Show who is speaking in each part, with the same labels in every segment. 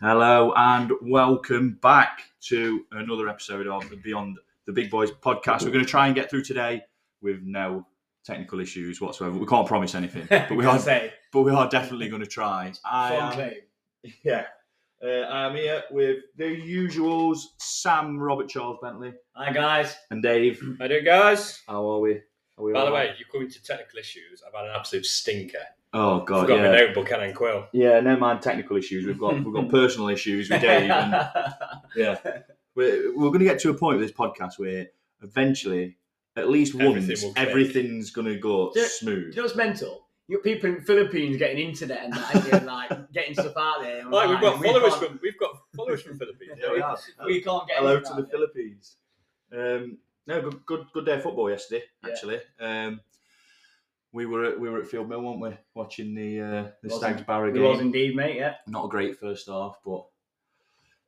Speaker 1: Hello and welcome back to another episode of the Beyond the Big Boys podcast. We're going to try and get through today with no technical issues whatsoever. We can't promise anything, but we are
Speaker 2: say
Speaker 1: but we are definitely going to try. I
Speaker 2: fun
Speaker 1: am,
Speaker 2: claim.
Speaker 1: yeah, uh, I am here with the usuals: Sam, Robert, Charles Bentley,
Speaker 2: Hi guys.
Speaker 1: and Dave.
Speaker 3: How do you guys?
Speaker 1: How are we? Are we
Speaker 3: By the
Speaker 1: all
Speaker 3: way,
Speaker 1: right?
Speaker 3: you're coming to technical issues. I've had an absolute stinker.
Speaker 1: oh
Speaker 3: I've
Speaker 1: god,
Speaker 3: Forgot my
Speaker 1: yeah,
Speaker 3: notebook, pen and quill.
Speaker 1: yeah. Never mind technical issues. We've got we've got personal issues with Dave. And, yeah, we're, we're going to get to a point with this podcast where eventually, at least
Speaker 3: Everything
Speaker 1: once,
Speaker 3: will click.
Speaker 1: everything's going to go
Speaker 2: Yeah. you
Speaker 1: smooth.
Speaker 2: know what's mental? You got people in Philippines getting internet and that, aren't you? And, like getting stuff out there. and
Speaker 3: Like we've got
Speaker 2: online, and we
Speaker 3: followers
Speaker 2: can't-
Speaker 3: from we've got followers from Philippines.
Speaker 1: Yeah, we have.
Speaker 2: We can't get
Speaker 1: Hello to
Speaker 2: anything out
Speaker 1: the
Speaker 2: there.
Speaker 1: Philippines. Um, no, good, good, good day of football yesterday.
Speaker 2: Yeah.
Speaker 1: Actually, um, we were at, we were at Field Mill, weren't we? Watching the uh, the
Speaker 2: Wasn't-
Speaker 1: Stags Barra
Speaker 2: It was
Speaker 1: game.
Speaker 2: indeed, mate. Yeah.
Speaker 1: Not a great first half, but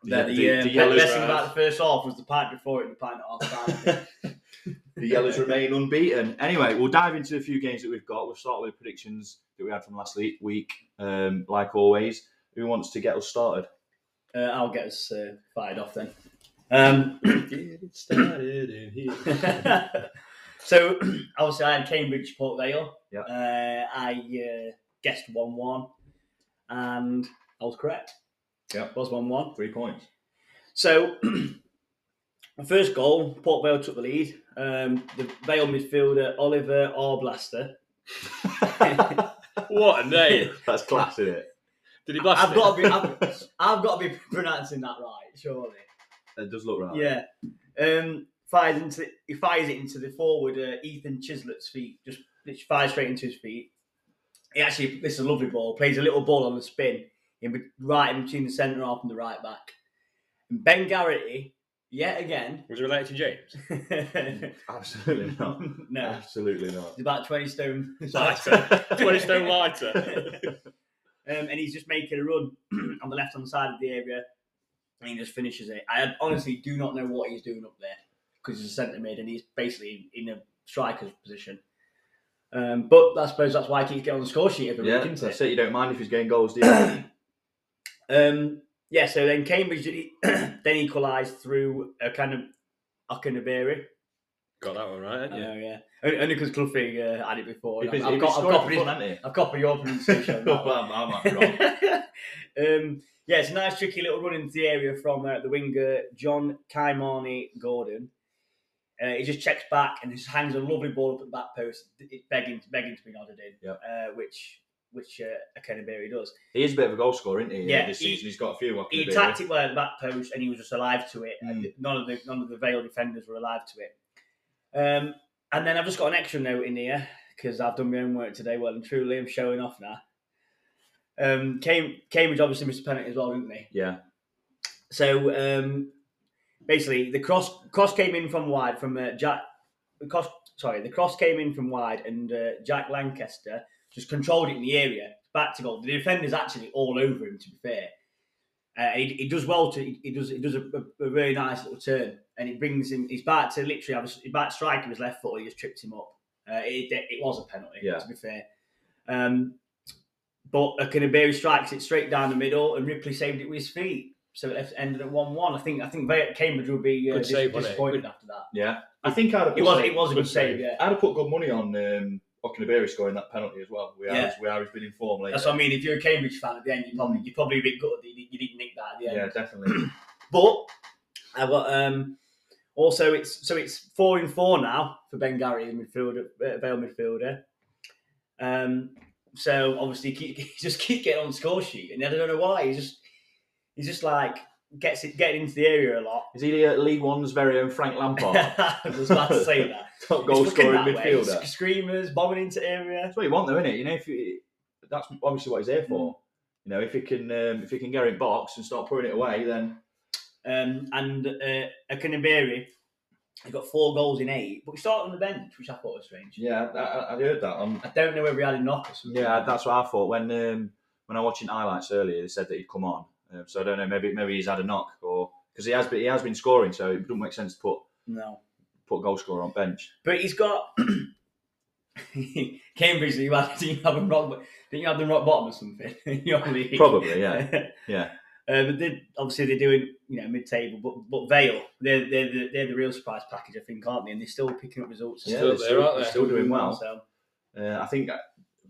Speaker 2: The,
Speaker 1: the,
Speaker 2: the,
Speaker 1: the,
Speaker 2: um,
Speaker 1: the
Speaker 2: be-
Speaker 1: yellows,
Speaker 2: best thing
Speaker 3: drive.
Speaker 2: about the first half was the pint before it, and the pint at half time.
Speaker 1: the yellows remain unbeaten. Anyway, we'll dive into the few games that we've got. We'll start with the predictions that we had from last le- week. Um, like always, who wants to get us started?
Speaker 2: uh, I'll get us uh, fired off then. Um,
Speaker 3: Get it started in here.
Speaker 2: so obviously I had Cambridge Port Vale.
Speaker 1: Yeah.
Speaker 2: Uh, I uh, guessed one one, and I was correct.
Speaker 1: Yeah.
Speaker 2: was one one.
Speaker 1: Three points.
Speaker 2: So, the first goal, Port Vale took the lead. Um, the Vale midfielder Oliver Arblaster.
Speaker 3: What a name!
Speaker 1: That's class, isn't it?
Speaker 3: Did he blast
Speaker 2: I've
Speaker 3: it?
Speaker 2: got to be, I've, I've got to be pronouncing that right, surely.
Speaker 1: It does look right.
Speaker 2: Yeah. Um, fires into he fires it into the forward uh, Ethan Chislett's feet. Just it fires straight into his feet. He actually this is a lovely ball. Plays a little ball on the spin in be- right in between the centre half and the right back. And Ben Garrity yet again.
Speaker 3: Was he related to James?
Speaker 1: Absolutely not.
Speaker 2: no,
Speaker 1: Absolutely not.
Speaker 2: he's about twenty stone.
Speaker 3: Lighter. Twenty stone lighter.
Speaker 2: um, and he's just making a run on the left hand side of the area, and he just finishes it. I honestly do not know what he's doing up there because he's a centre mid and he's basically in a striker's position. Um, but I suppose that's why he keeps getting on the score sheet every
Speaker 1: Yeah,
Speaker 2: week, isn't
Speaker 1: that's
Speaker 2: it?
Speaker 1: it. You don't mind if he's getting goals, do you?
Speaker 2: Um, yeah. So then Cambridge then equalised through a kind of Okanabiri.
Speaker 3: Got that one right.
Speaker 2: Yeah,
Speaker 3: Yeah.
Speaker 2: Uh, yeah. Only- Only because Cluffy uh, had it before.
Speaker 1: He'd
Speaker 2: I've,
Speaker 1: been-
Speaker 2: I've
Speaker 1: he'd
Speaker 2: got,
Speaker 1: been
Speaker 2: I've
Speaker 1: scoring
Speaker 2: copied-
Speaker 1: before, hadn't he?
Speaker 2: I've copied your pronunciation. on that
Speaker 1: Well,
Speaker 2: one.
Speaker 1: I'm not wrong.
Speaker 2: um, yeah, it's a nice tricky little run into the area from uh, the winger John Kaimani Gordon. Uh, he just checks back and just hangs a lovely ball up at the back post. It's begging, begging to be nodded in,
Speaker 1: Yep.
Speaker 2: uh, which which uh, Akenabiri does.
Speaker 1: He is a bit of a goal scorer, isn't he?
Speaker 2: Yeah,
Speaker 1: this
Speaker 2: he-
Speaker 1: season he's got a few. I can
Speaker 2: He
Speaker 1: do.
Speaker 2: attacked it well at the back post, and he was just alive to it.
Speaker 1: Mm.
Speaker 2: None of the none of the veiled defenders were alive to it. Um, and then I've just got an extra note in here because I've done my own work today. Well and truly, I'm showing off now. Um, Cam- Cambridge obviously missed a penalty as well, didn't they?
Speaker 1: Yeah,
Speaker 2: So um, basically, the cross cross came in from wide from uh, Jack. The cross, sorry, the cross came in from wide, and uh, Jack Lancaster just controlled it in the area back to goal. The defender's actually all over him. To be fair, uh, he, he does well to he, he does he does a, a, a very nice little turn, and it brings him. He's back to literally have a, he's back strike with his left foot. He just tripped him up. Uh, it, it was a penalty.
Speaker 1: Yeah.
Speaker 2: To be fair. Um, but Akinabiri strikes it straight down the middle, and Ripley saved it with his feet. So it left- ended at one-one. I think I think they- Cambridge will be uh,
Speaker 3: Good
Speaker 2: dis-
Speaker 3: save, wasn't it?
Speaker 2: disappointed
Speaker 3: Good-
Speaker 2: after that.
Speaker 1: yeah. I think I'd have
Speaker 2: It was it was a
Speaker 3: good
Speaker 2: good save.
Speaker 3: save.
Speaker 2: Yeah,
Speaker 1: I'd have put good money on um, Okanabiri scoring that penalty as well. We are
Speaker 2: Yeah.
Speaker 1: we are he's been in form lately.
Speaker 2: that's what I mean. If you're a Cambridge fan at the end, you probably
Speaker 3: Mm.
Speaker 2: you probably a bit gutted that you, you didn't nick that at the
Speaker 1: yeah.
Speaker 2: end.
Speaker 1: definitely.
Speaker 2: But I've got um, also it's so it's four in four now for Ben Gary, the midfielder, uh, Vale midfielder. Um, so obviously he keep, he just keep getting on the score sheet, and I don't know why. He's just he's just like gets it getting into the area a lot.
Speaker 1: is he the, uh, League One's very own Frank Lampard,
Speaker 2: I was about to say that.
Speaker 1: top goal
Speaker 2: It's looking
Speaker 1: scoring
Speaker 2: that way.
Speaker 1: midfielder?
Speaker 2: Sc- Screamers bombing into area.
Speaker 1: That's what you want, though, isn't it? You know, if you, that's obviously what he's there for. You know, if he can um, if he can get in box and start putting it away, then
Speaker 2: Um, and uh, Akinabiri, he got four goals in eight, but he started on the bench, which I thought was strange.
Speaker 1: yeah, I, I, I heard that on
Speaker 2: I don't know whether he had a knock or something.
Speaker 1: Yeah, that's what I thought when um, when I was watching highlights earlier. They said that he'd come on, um, so I don't know. Maybe maybe he's had a knock, or because he has been he has been scoring, so it doesn't make sense to put
Speaker 2: No.
Speaker 1: put goal scorer on bench.
Speaker 2: But he's got Cambridge. You had, didn't you have them rock? Didn't you have them rock bottom or something? in your league?
Speaker 1: Probably, yeah, yeah.
Speaker 2: Uh, but they obviously they're doing you know mid table, but but Vale they're they're the, they're the real surprise package I think, aren't they? And they're still picking up results.
Speaker 1: Yeah,
Speaker 3: Still
Speaker 1: they're
Speaker 3: there,
Speaker 1: still,
Speaker 3: aren't
Speaker 1: they're
Speaker 3: they?
Speaker 1: still doing well.
Speaker 2: So
Speaker 1: Uh, I think uh,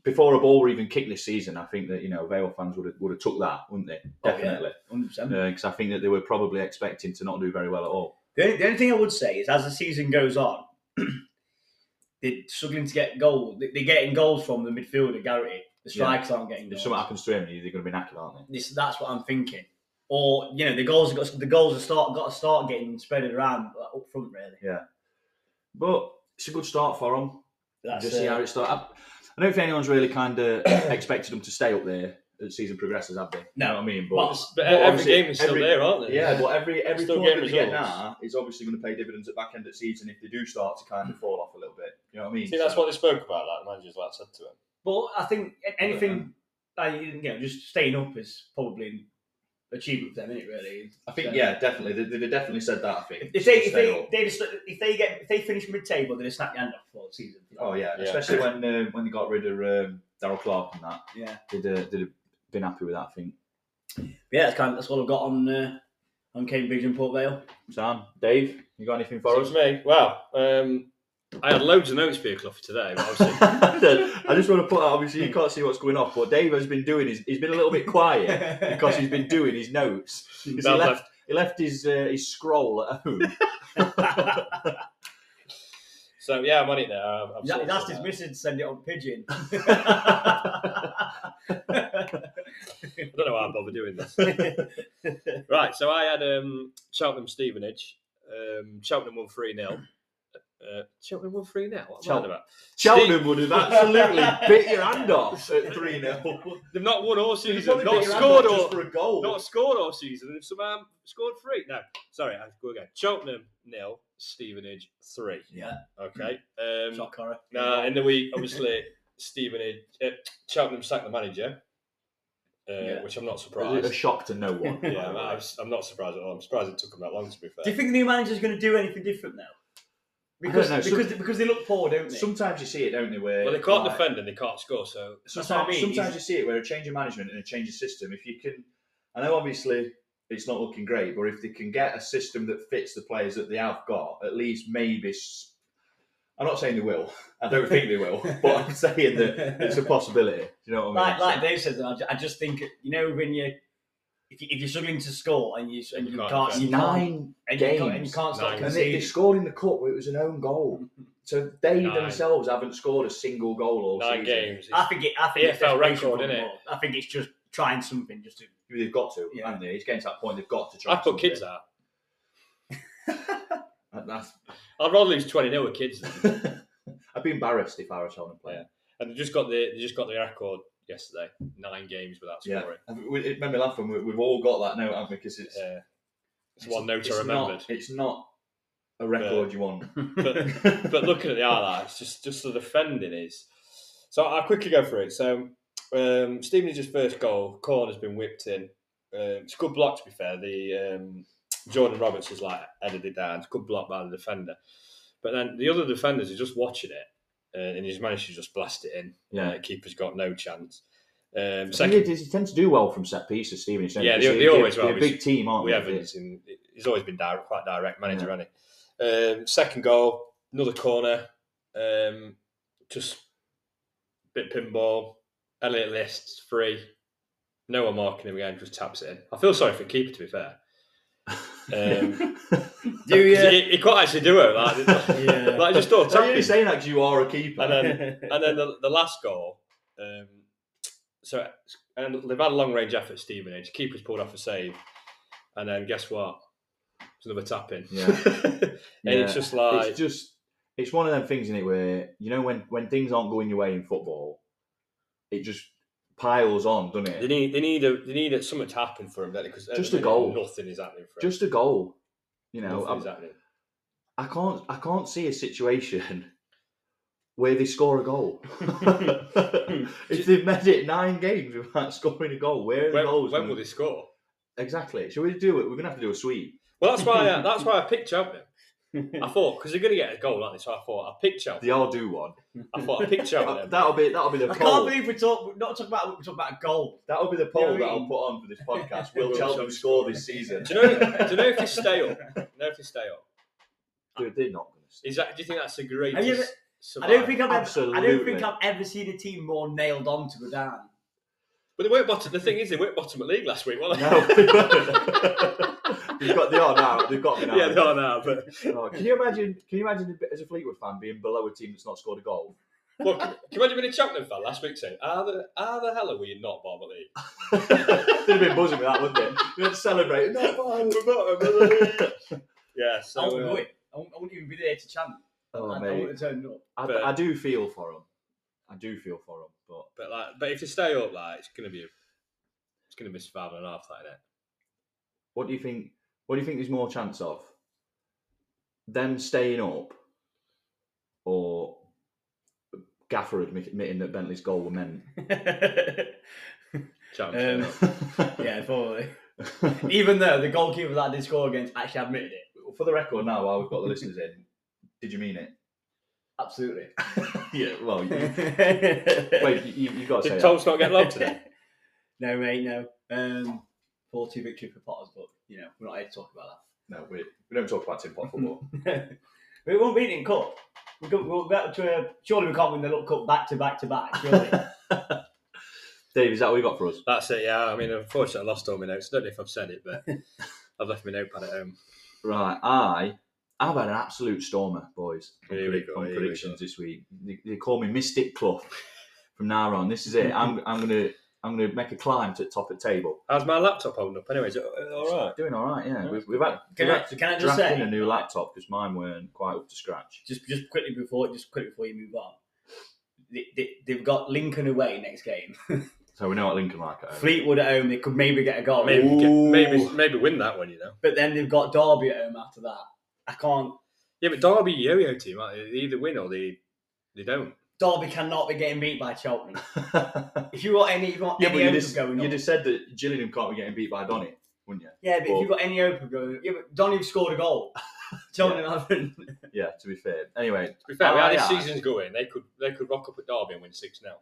Speaker 1: before a ball were even kicked this season, I think that you know Vale fans would have would have took that, wouldn't they?
Speaker 3: Oh,
Speaker 2: yeah.
Speaker 1: Definitely,
Speaker 2: 100%.
Speaker 1: because I think that they were probably expecting to not do very well at all.
Speaker 2: The only, the only thing I would say is as the season goes on, they're struggling to get goals. They're getting goals from the midfielder Garrity. The
Speaker 1: Yeah.
Speaker 2: strikers aren't getting
Speaker 1: If
Speaker 2: goals.
Speaker 1: something happens to him, they're going to be knackered, aren't they?
Speaker 2: This, that's what I'm thinking. Or you know the goals have got the goals have start got to start getting spread around like, up front really.
Speaker 1: But it's a good start for them.
Speaker 2: That's
Speaker 1: just see
Speaker 2: uh,
Speaker 1: how it starts. I, I don't think anyone's really kind of expected them to stay up there as season progresses, have they?
Speaker 2: No.
Speaker 1: You know what I mean? But,
Speaker 2: Well,
Speaker 3: But
Speaker 1: Well,
Speaker 3: every
Speaker 1: obviously,
Speaker 3: game is still
Speaker 1: every-
Speaker 3: there, aren't they?
Speaker 1: yeah, but every every
Speaker 3: Still
Speaker 1: point that
Speaker 3: getting
Speaker 1: they get
Speaker 3: results.
Speaker 1: now is obviously going to pay dividends at back end of the season if they do start to kind of fall off a little bit. You know what I mean?
Speaker 3: See, that's
Speaker 1: So-
Speaker 3: what they spoke about. Like the manager's like said to him.
Speaker 2: But I think a- anything like you know just staying up is probably an achievement for them, isn't it? Really.
Speaker 1: I think. Yeah, definitely. They, they definitely said that. I think.
Speaker 2: If they
Speaker 1: To
Speaker 2: if
Speaker 1: stay
Speaker 2: they,
Speaker 1: up.
Speaker 2: they just, if they get if they finish mid table, they're snap your hand off for the season.
Speaker 1: Oh yeah,
Speaker 3: Yeah.
Speaker 1: especially when uh, when they got rid of um, Daryl Clark and that.
Speaker 2: yeah.
Speaker 1: They'd, uh, they'd have been happy with that. I think.
Speaker 2: yeah, that's kind of that's what I've got on uh, on Cambridge and Port Vale.
Speaker 1: Sam, Dave, you got anything for
Speaker 3: So
Speaker 1: us?
Speaker 3: it's me. Wow. Um, I had loads of notes for you, Clough, today. But obviously,
Speaker 1: I just want to put out, obviously, you can't see what's going on, but Dave has been doing his, he's been a little bit quiet because he's been doing his notes. 'Cause He
Speaker 3: Bell
Speaker 1: left, he left his, uh, his scroll at home.
Speaker 3: So yeah, I'm on it now. I've, I've
Speaker 2: That-
Speaker 3: sorted
Speaker 2: that's
Speaker 3: it
Speaker 2: his
Speaker 3: out.
Speaker 2: mission. Send it on pigeon.
Speaker 3: I don't know why I bother doing this. right, so I had um, Cheltenham Stevenage. Um, Cheltenham won 3 0. Uh, Cheltenham won 3 0. What am I on
Speaker 1: Hmm. Cheltenham.
Speaker 3: about?
Speaker 1: Cheltenham would have absolutely bit your hand off at 3 0.
Speaker 3: They've not won all season, not scored all,
Speaker 1: for a goal.
Speaker 3: not scored all season, and they've somehow scored three. No, sorry, I go again. Cheltenham nil, Stevenage three.
Speaker 2: Yeah.
Speaker 3: Okay. Um,
Speaker 2: Shock horror.
Speaker 3: Now, in the week, obviously, Stevenage, uh, Cheltenham sacked the manager, uh,
Speaker 2: Yeah.
Speaker 3: which I'm not
Speaker 1: a
Speaker 3: surprised.
Speaker 1: shock to no one.
Speaker 3: yeah, I'm, I'm- I'm not surprised at all. I'm surprised it took them that long, to be fair.
Speaker 2: Do you think the new manager's going to do anything different now? Because
Speaker 1: know, some-
Speaker 2: because because they look poor, don't they?
Speaker 1: Sometimes you see it, don't you? Where
Speaker 3: Well, they can't
Speaker 1: like,
Speaker 3: defend and they can't score, so
Speaker 2: That's what I
Speaker 1: Sometimes,
Speaker 2: mean.
Speaker 1: sometimes you see it where a change of management and a change of system. If you can, I know obviously it's not looking great, but if they can get a system that fits the players that they have got, at least maybe. s- I'm not saying they will. I don't think they will, but I'm saying that it's a possibility. Do you know what I
Speaker 2: like
Speaker 1: mean?
Speaker 2: like Dave says, I ju- I just think you know when you if, you, if you're struggling to score and you and
Speaker 3: You
Speaker 2: you,
Speaker 3: can't
Speaker 2: can't,
Speaker 3: defend.
Speaker 2: you can't,
Speaker 1: nine
Speaker 2: and you
Speaker 1: games,
Speaker 2: can't and you can't stop
Speaker 3: Nine.
Speaker 1: and they, they
Speaker 2: conceding.
Speaker 1: scored in the cup. where It was an own goal, so they
Speaker 3: Nine.
Speaker 1: themselves haven't scored a single goal all season.
Speaker 3: nine games.
Speaker 2: I think it. I think it's
Speaker 3: EFL
Speaker 2: desperation
Speaker 3: record,
Speaker 2: from
Speaker 3: innit?
Speaker 2: them all. I think it's just trying something just to
Speaker 1: They've got to,
Speaker 2: Yeah.
Speaker 1: haven't they? It's getting to that point. They've got to try.
Speaker 3: I've put kids out.
Speaker 1: out. That's
Speaker 3: I'd rather lose 20 0 with kids. than-
Speaker 1: I'd be embarrassed if I were a Cheltenham player.
Speaker 3: and they just got the they just got their record yesterday nine games without
Speaker 1: Yeah.
Speaker 3: scoring.
Speaker 1: I mean, we- It made me laugh when we, we've all got that note, haven't we? Because it's,
Speaker 3: Yeah. It's, one note I remembered.
Speaker 1: Not, it's not a record you want.
Speaker 3: But, but looking at the highlights, just just the defending is. So I'll quickly go through it. So um, Stevenage's first goal, corner's been whipped in. Um, it's a good block, to be fair. The um, Jordan Roberts is like headed it down. It's a good block by the defender. But then the other defenders are just watching it, uh, and he's managed to just blast it in.
Speaker 1: Yeah.
Speaker 3: Uh, keeper's got no chance. Um,
Speaker 1: So he, he tends to do well from set pieces, Stevenage. don't
Speaker 3: Yeah,
Speaker 1: they?
Speaker 3: they-
Speaker 1: So
Speaker 3: they
Speaker 1: they're-
Speaker 3: always
Speaker 1: they're
Speaker 3: will.
Speaker 1: a big team, aren't
Speaker 3: we
Speaker 1: they?
Speaker 3: haven't seen. He's always been direct, quite direct manager, hasn't he? Um, second goal, another corner, um, just bit pinball. Elliot List free, no one marking him again, just taps it in. I feel sorry for the keeper to be fair. Um,
Speaker 2: do
Speaker 3: 'cause he, he quite actually do it, like,
Speaker 2: yeah.
Speaker 3: like just all
Speaker 1: So you're
Speaker 3: tapping.
Speaker 1: saying that 'cause you are a keeper.
Speaker 3: And then and then the, the last goal. Um, so and they've had a long range effort, Stevenage. Keeper's pulled off a save, and then guess what? It's another tap in.
Speaker 1: Yeah.
Speaker 3: and it's
Speaker 1: Yeah.
Speaker 3: just like
Speaker 1: it's just it's one of them things in it where you know when when things aren't going your way in football, it just piles on, doesn't
Speaker 3: they
Speaker 1: it?
Speaker 3: need they need a they need a, something to happen for him. Then because
Speaker 1: Just a goal.
Speaker 3: nothing is happening for him.
Speaker 1: Just a goal. You know,
Speaker 3: nothing
Speaker 1: I'm-
Speaker 3: is happening.
Speaker 1: I can't I can't see a situation where they score a goal. if they've made it nine games without scoring a goal, where are the
Speaker 3: When,
Speaker 1: goals?
Speaker 3: when
Speaker 1: gonna-
Speaker 3: will they score?
Speaker 1: Exactly. Shall we do it? We're gonna have to do a sweep.
Speaker 3: Well, that's why I, that's why I picked Cheltenham I thought because they're going to get a goal, aren't they? So I thought I picked Chelsea.
Speaker 1: They all do one. Uh,
Speaker 3: I thought I picked Chelsea. then.
Speaker 1: That'll be that'll be the
Speaker 2: I
Speaker 1: poll.
Speaker 2: can't believe we're talking. We're not talking about. We're talking about a goal.
Speaker 1: that'll be the poll
Speaker 2: Yeah,
Speaker 1: that I'll
Speaker 2: we-
Speaker 1: put on for this podcast.
Speaker 3: Will
Speaker 1: Will Cheltenham
Speaker 3: Cheltenham
Speaker 1: score this season?
Speaker 3: do you know? Do you know if they stay up? Do you know if they stay up?
Speaker 1: Dude, they're not going to stay.
Speaker 3: Is that? Do you think that's the greatest?
Speaker 2: Have you ever- I
Speaker 3: survival?
Speaker 2: don't think I've ever, I don't
Speaker 1: Absolutely.
Speaker 2: think I've ever seen a team more nailed on to go down.
Speaker 3: But they weren't bottom. The thing is, they weren't bottom at league last week. Well,
Speaker 1: No, they weren't. they've got they are now. They've got me now.
Speaker 3: yeah, they are now. But
Speaker 1: Oh, can you imagine? Can you imagine as a Fleetwood fan being below a team that's not scored a goal?
Speaker 3: look, can you imagine being a Cheltenham fan last week saying, "How the, how the hell are we not bottom at league?"
Speaker 1: They'd have been buzzing with that, wouldn't they? They'd have celebrated. No,
Speaker 3: We're bottom of the league. yeah, so
Speaker 2: I wouldn't
Speaker 3: uh,
Speaker 2: do it. I wouldn't, I wouldn't even be there to chant.
Speaker 1: oh,
Speaker 2: I, I
Speaker 1: mate.
Speaker 2: wouldn't have turned up.
Speaker 1: I,
Speaker 3: But-
Speaker 1: I do feel for him. I do feel for him, but
Speaker 3: but like, but if they stay up, like it's gonna be, it's gonna be survival and a half like that.
Speaker 1: what do you think? What do you think there's more chance of them staying up, or Gaffer admi- admitting that Bentley's goal were meant?
Speaker 3: Cheltenham.
Speaker 2: Um, yeah, probably. Even though the goalkeeper that I did score against actually admitted it.
Speaker 1: for the record, now while we've got the listeners in, did you mean it?
Speaker 2: Absolutely.
Speaker 1: Yeah. Well, you,
Speaker 2: Wait.
Speaker 1: wait, you, you, have got to say
Speaker 3: Did
Speaker 1: that.
Speaker 3: Tom's not get lobbed today?
Speaker 2: No, mate, no. Um, 4 2 victory for Potters, but, you know, we're not here to talk about
Speaker 1: No, we, we don't talk about tin pot football.
Speaker 2: that. we won't beat it in Cup. We could, we'll get to a, surely we can't win the Look Cup back to back to back, surely.
Speaker 1: Dave, is that what you got for us?
Speaker 3: That's it. Yeah, I mean, unfortunately, I lost all my notes. I don't know if I've said it, but I've left my notepad at home.
Speaker 1: Right, I I've had an absolute stormer, boys. on
Speaker 3: Here we
Speaker 1: predict-
Speaker 3: go,
Speaker 1: on
Speaker 3: here we
Speaker 1: predictions this week. They, they call me Mystic Clough. From now on, this is it. I'm I'm gonna I'm gonna make a climb to the top of the table.
Speaker 3: How's my laptop holding up? Anyway, is it uh, all right?
Speaker 1: Doing all right, yeah. We've, we've had
Speaker 2: Can
Speaker 1: we've
Speaker 2: I,
Speaker 1: had
Speaker 2: can I just
Speaker 1: drafting
Speaker 2: say,
Speaker 1: a new laptop because mine weren't quite up to scratch.
Speaker 2: just just quickly before just quickly before you move on, they, they, they've got Lincoln away next game,
Speaker 1: So we know what Lincoln like. at home.
Speaker 2: Fleetwood at home. They could maybe get a goal,
Speaker 3: Maybe, get,
Speaker 1: Ooh.
Speaker 3: maybe, maybe win that one. You know.
Speaker 2: but then they've got Derby at home after that. I can't.
Speaker 3: Yeah, but Derby yo-yo team, aren't they? They either win or they they don't.
Speaker 2: Derby cannot be getting beat by Cheltenham. If you want any, if you want
Speaker 1: yeah, but
Speaker 2: any
Speaker 1: you
Speaker 2: hope
Speaker 1: just
Speaker 2: of going
Speaker 1: you
Speaker 2: up.
Speaker 1: just said that Gillingham can't be getting beat by Donny, wouldn't you?
Speaker 2: yeah, but if
Speaker 1: Well-
Speaker 2: you've got any hope of going, yeah, but Donny scored a goal. Cheltenham haven't.
Speaker 1: Yeah, to be fair. Anyway,
Speaker 3: To be fair, we how
Speaker 1: Aye,
Speaker 3: this
Speaker 1: aye.
Speaker 3: season's going, they could they could rock up at Derby and win six now.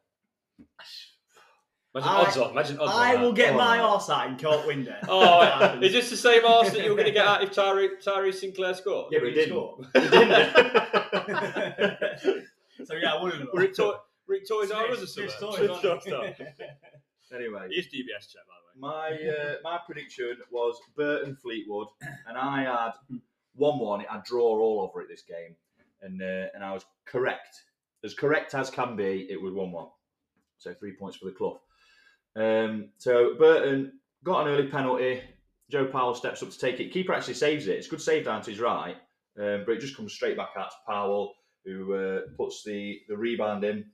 Speaker 3: Imagine
Speaker 2: I-
Speaker 3: odds on. Imagine odds
Speaker 2: I
Speaker 3: on.
Speaker 2: will
Speaker 3: that.
Speaker 2: get
Speaker 1: Oh.
Speaker 2: my arse out in court window.
Speaker 3: Oh, is this the same arse that you were going to get out if Tyree Tyree Sinclair scored?
Speaker 1: Yeah, but he didn't.
Speaker 2: Score. so yeah, I would have.
Speaker 3: Were it Toy were it Toys R Us or something?
Speaker 2: It's Toys R Us.
Speaker 3: Toys R Us.
Speaker 1: anyway,
Speaker 3: He is DBS chat, by the way.
Speaker 1: My uh, my prediction was Burton Fleetwood, and I had one one. I draw all over it this game, and uh, and I was correct, as correct as can be. It was one one, so three points for the Clough. Um, so Burton got an early penalty. Joe Powell steps up to take it. Keeper actually saves it. It's a good save down to his right, um, but it just comes straight back out to Powell, who uh, puts the the rebound in,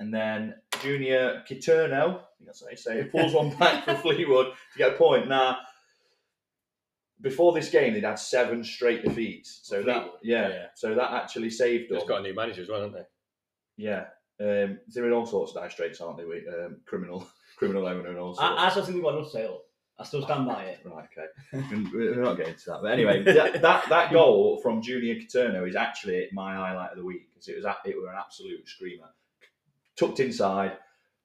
Speaker 1: and then Junior Kiterno, I think that's how you say it, pulls one back for Fleetwood to get a point. Now, before this game, they'd had seven straight defeats. So that,
Speaker 3: Fleetwood,
Speaker 1: yeah,
Speaker 3: yeah.
Speaker 1: so that actually saved them.
Speaker 3: Just got a new manager as well, haven't they?
Speaker 1: Yeah. Um, they're in all sorts of dire straits, aren't they? We, um, criminal, criminal owner and all sorts.
Speaker 2: I, I still think they've got enough sale. I still stand by it.
Speaker 1: Right, okay. We're we're not getting to that. But anyway, that, that, that goal from Junior Caterno is actually my highlight of the week because it was a- it were an absolute screamer. Tucked inside,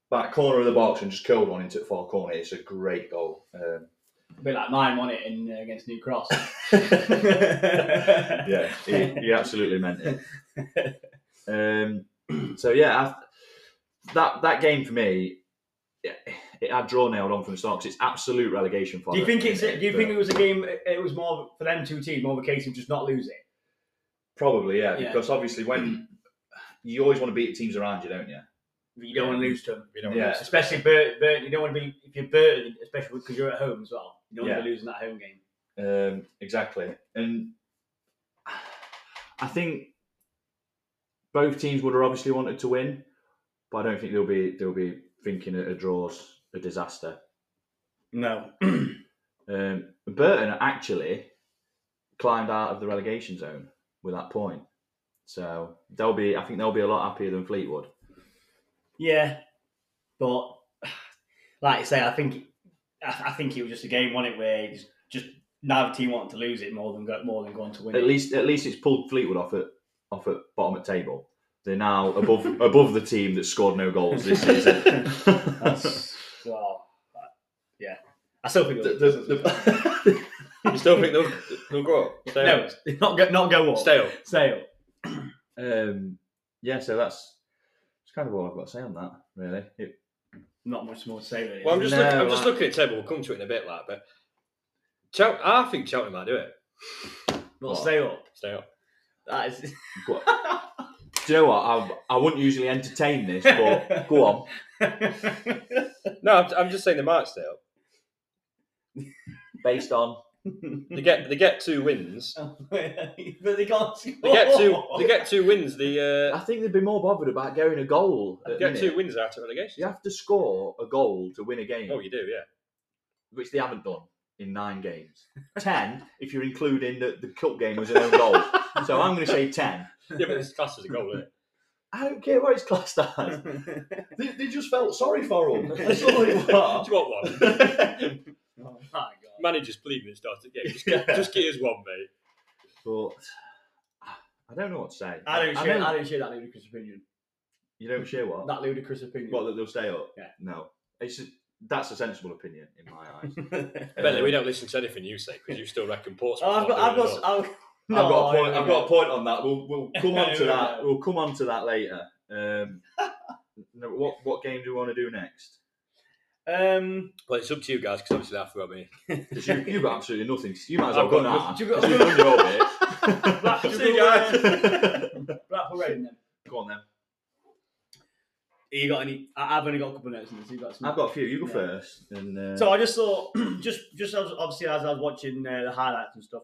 Speaker 1: back corner of the box, and just curled one into the far corner. It's a great goal. Um,
Speaker 2: A bit like mine on it in uh, against New Cross.
Speaker 1: yeah, he, he absolutely meant it. Um, so yeah, I, that that game for me, yeah, it had draw nailed on from the start 'cause it's absolute relegation fodder.
Speaker 2: Do you think it's?
Speaker 1: isn't
Speaker 2: Do you
Speaker 1: But-
Speaker 2: think it was a game? It was more for them two teams, more of a case of just not losing.
Speaker 1: Probably, yeah,
Speaker 2: Yeah.
Speaker 1: because obviously when you always want to beat teams around you, don't you?
Speaker 2: You don't want to lose to them,
Speaker 3: You know.
Speaker 1: Yeah.
Speaker 2: especially Burton. Burton. You don't want to be if you're Burton, especially because you're at home as well. You don't want to be losing that home game.
Speaker 1: Um, exactly, and I think both teams would have obviously wanted to win, but I don't think they'll be they'll be thinking that a draw's a disaster.
Speaker 2: No,
Speaker 1: Um, Burton actually climbed out of the relegation zone with that point, so they'll be I think they'll be a lot happier than Fleetwood.
Speaker 2: yeah, but like I say, I think I, I think it was just a game, wasn't it, where you just, just neither team wanted to lose it more than go, more than going to win.
Speaker 1: At
Speaker 2: it.
Speaker 1: least, at least it's pulled Fleetwood off at off at bottom at table. They're now above above the team that scored no goals this season.
Speaker 2: That's, well, that- yeah. I still think
Speaker 1: The-
Speaker 2: it
Speaker 1: the-
Speaker 2: was-
Speaker 1: the-
Speaker 3: You still think they'll, they'll go up? Stay
Speaker 2: no,
Speaker 3: up.
Speaker 2: it's not go, not go up.
Speaker 3: Stay up.
Speaker 2: Stay up.
Speaker 1: um, yeah, so that's that's kind of all I've got to say on that. Really, it,
Speaker 2: Not much more to say really.
Speaker 3: Well, I'm just,
Speaker 1: No,
Speaker 3: looking, I'm just
Speaker 1: I-
Speaker 3: looking at the table. We'll come to it in a bit, like, but Chel- I think Cheltenham might do it.
Speaker 2: Not stay up.
Speaker 3: Stay up.
Speaker 2: That is.
Speaker 1: but- do you know what? I, I wouldn't usually entertain this, but go on.
Speaker 3: No, I'm, I'm just saying they might stay up.
Speaker 1: Based on
Speaker 3: They get they get two wins.
Speaker 2: but they can't score.
Speaker 3: They get two. They get two wins. The
Speaker 1: I
Speaker 3: uh,
Speaker 1: think they'd be more bothered about going a goal.
Speaker 3: they
Speaker 1: At
Speaker 3: get
Speaker 1: get
Speaker 3: two wins out of relegation.
Speaker 1: You have to score a goal to win a game,
Speaker 3: Oh, you do, yeah.
Speaker 1: which they haven't done in nine games. Ten, if you're including that the cup game was an own goal. so I'm going to say ten.
Speaker 3: Yeah, but this class is a goal, isn't it?
Speaker 1: I don't care what it's classed as. They, they just felt sorry for him. That's all it
Speaker 3: Do
Speaker 1: was.
Speaker 3: you want one?
Speaker 2: Oh my god.
Speaker 3: Managers believe in the start of the game. Just get, just get us one, mate.
Speaker 1: But I don't know what to say.
Speaker 2: I don't share.
Speaker 1: know-
Speaker 2: I, don't share that ludicrous opinion.
Speaker 1: you don't share what?
Speaker 2: That ludicrous opinion.
Speaker 1: What that they'll stay up?
Speaker 2: Yeah.
Speaker 1: No, it's just, that's a sensible opinion in my eyes.
Speaker 3: Bentley,
Speaker 1: Um,
Speaker 3: we don't listen to anything you say because you still reckon Portsmouth.
Speaker 2: oh, I've got.
Speaker 3: not
Speaker 2: I've
Speaker 3: doing
Speaker 2: got.
Speaker 3: well.
Speaker 2: I've,
Speaker 1: I've got a point. I've got a point on that. We'll, we'll come on to that. We'll come on to that later. Um, no, what what game do we want to do next?
Speaker 2: Um,
Speaker 3: Well, it's up to you guys because obviously I've got me.
Speaker 1: 'Cause you, you've got absolutely nothing. To, you might as well
Speaker 3: I've
Speaker 1: go
Speaker 3: got
Speaker 1: now.
Speaker 2: nothing. You've got-
Speaker 1: 'cause You've done your bit.
Speaker 3: See you guys.
Speaker 2: Blackpool Reading. Then
Speaker 1: Go on then.
Speaker 2: you got any? I- I've only got a couple of notes in this. You got some?
Speaker 1: I've got a few. You go
Speaker 2: Yeah.
Speaker 1: first. And uh,
Speaker 2: So I just thought, just just as, obviously as I was watching uh, the highlights and stuff.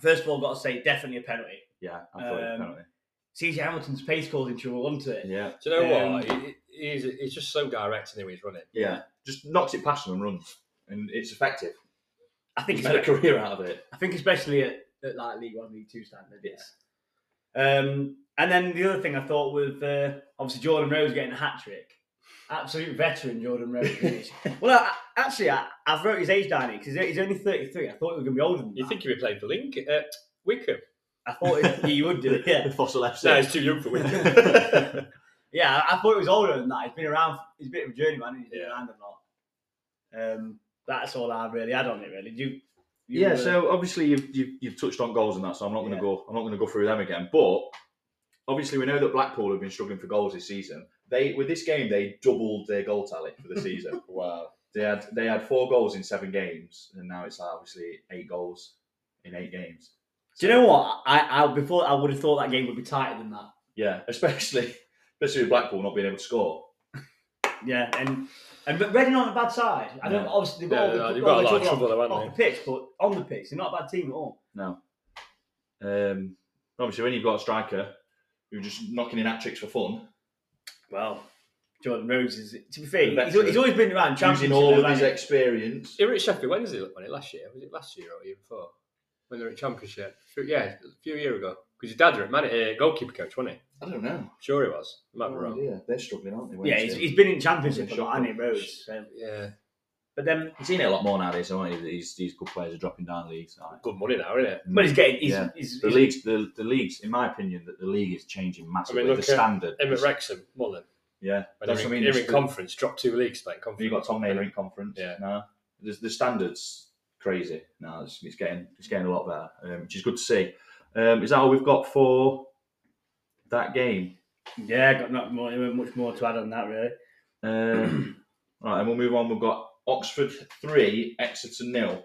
Speaker 2: First of all, I've got to say definitely a penalty.
Speaker 1: yeah, I thought it was a
Speaker 2: Um,
Speaker 1: penalty.
Speaker 2: CJ Hamilton's pace causing trouble, wasn't it?
Speaker 1: Yeah,
Speaker 3: Do you know what?
Speaker 2: Um,
Speaker 3: He, he- he's, he's just so direct in the way he's running.
Speaker 1: yeah. Just knocks it past them and runs, and it's effective.
Speaker 2: I think
Speaker 1: He's
Speaker 2: it's
Speaker 1: made a career out of it.
Speaker 2: I think especially at, at like League One, League Two standard. Yes. Um, and then the other thing I thought was uh, obviously Jordan Rose getting a hat trick. Absolute veteran Jordan Rose. is. well, I, actually, I, I've wrote his age down here because he's only 33. I thought he was going to be older than
Speaker 3: You
Speaker 2: that.
Speaker 3: think he'd be playing for Link, uh, Wickham?
Speaker 2: I thought he, he would do it. Yeah,
Speaker 1: The fossil FC.
Speaker 3: No, he's too young for Wickham.
Speaker 2: yeah. I, I thought he was older than that. He's been around. He's a bit of a journeyman. He's been
Speaker 3: Yeah.
Speaker 2: around a lot. Um, that's all I really had on it. Really, do you? you uh,
Speaker 1: Yeah,
Speaker 2: were-
Speaker 1: so obviously you've, you've you've touched on goals and that, so I'm not going to
Speaker 2: Yeah.
Speaker 1: go I'm not going to go through them again. But obviously we know that Blackpool have been struggling for goals this season. They with this game they doubled their goal tally for the season.
Speaker 3: wow.
Speaker 1: they had they had four goals in seven games, and now it's like obviously eight goals in eight games.
Speaker 2: do you know what? I, I before I would have thought that game would be tighter than that.
Speaker 1: Yeah, especially especially with Blackpool not being able to score.
Speaker 2: Yeah, and and but Reading aren't a bad side. I don't
Speaker 1: No.
Speaker 2: obviously they've
Speaker 3: No,
Speaker 2: got all the,
Speaker 3: no,
Speaker 2: all
Speaker 3: they've got a
Speaker 2: the
Speaker 3: lot of
Speaker 2: trouble
Speaker 3: trouble,
Speaker 2: off,
Speaker 3: haven't
Speaker 2: off the pitch, but on the pitch they're not a bad team at all.
Speaker 1: No. Um, obviously when you've got a striker who's just knocking in hat tricks for fun,
Speaker 2: Well, Jordan Rose is to be fair,
Speaker 1: The
Speaker 2: he's, al- he's
Speaker 1: veteran.
Speaker 2: always been around
Speaker 1: using
Speaker 2: championship.
Speaker 1: all
Speaker 2: level,
Speaker 1: of his
Speaker 2: hasn't
Speaker 1: experience.
Speaker 3: They were at Sheffield Wednesday on it last year. Was it last year or the year before? When they were at Championship? Sure, Yeah, a few years ago. Because your dad were at Man- uh, goalkeeper coach, wasn't he?
Speaker 1: I don't know.
Speaker 3: Sure he was. I might be
Speaker 1: Oh,
Speaker 3: wrong.
Speaker 1: yeah, they're struggling, aren't
Speaker 2: he?
Speaker 1: they?
Speaker 2: yeah, he's, he's been in championship a lot,
Speaker 1: Shock
Speaker 2: hasn't he,
Speaker 1: them.
Speaker 2: Rose? So.
Speaker 3: Yeah.
Speaker 2: But then,
Speaker 1: You've seen it a lot more nowadays. So these these good players are dropping down leagues. aren't
Speaker 3: Good money now, isn't it?
Speaker 1: Mm.
Speaker 2: but he's getting he's,
Speaker 1: Yeah.
Speaker 2: he's,
Speaker 1: they? The
Speaker 2: he's-
Speaker 1: leagues, the, the leagues, in my opinion, that the league is changing massively.
Speaker 3: I mean, look
Speaker 1: the
Speaker 3: at
Speaker 1: standard,
Speaker 3: Him at
Speaker 1: is-
Speaker 3: Wrexham, Mullen.
Speaker 1: yeah,
Speaker 3: When
Speaker 1: that's
Speaker 3: they're
Speaker 1: what I
Speaker 3: in,
Speaker 1: mean.
Speaker 3: they're
Speaker 1: it's
Speaker 3: in
Speaker 1: the-
Speaker 3: conference, drop two leagues, like conference.
Speaker 1: you got Tom Naylor in conference.
Speaker 3: Yeah.
Speaker 1: no, the, the standards crazy. No, it's, it's getting it's getting a lot better, um, which is good to see. Um, is that all we've got for that game?
Speaker 2: yeah, got not more, there weren't much more to add on that really.
Speaker 1: Um, all right, and we'll move on. We've got Oxford three, Exeter nil.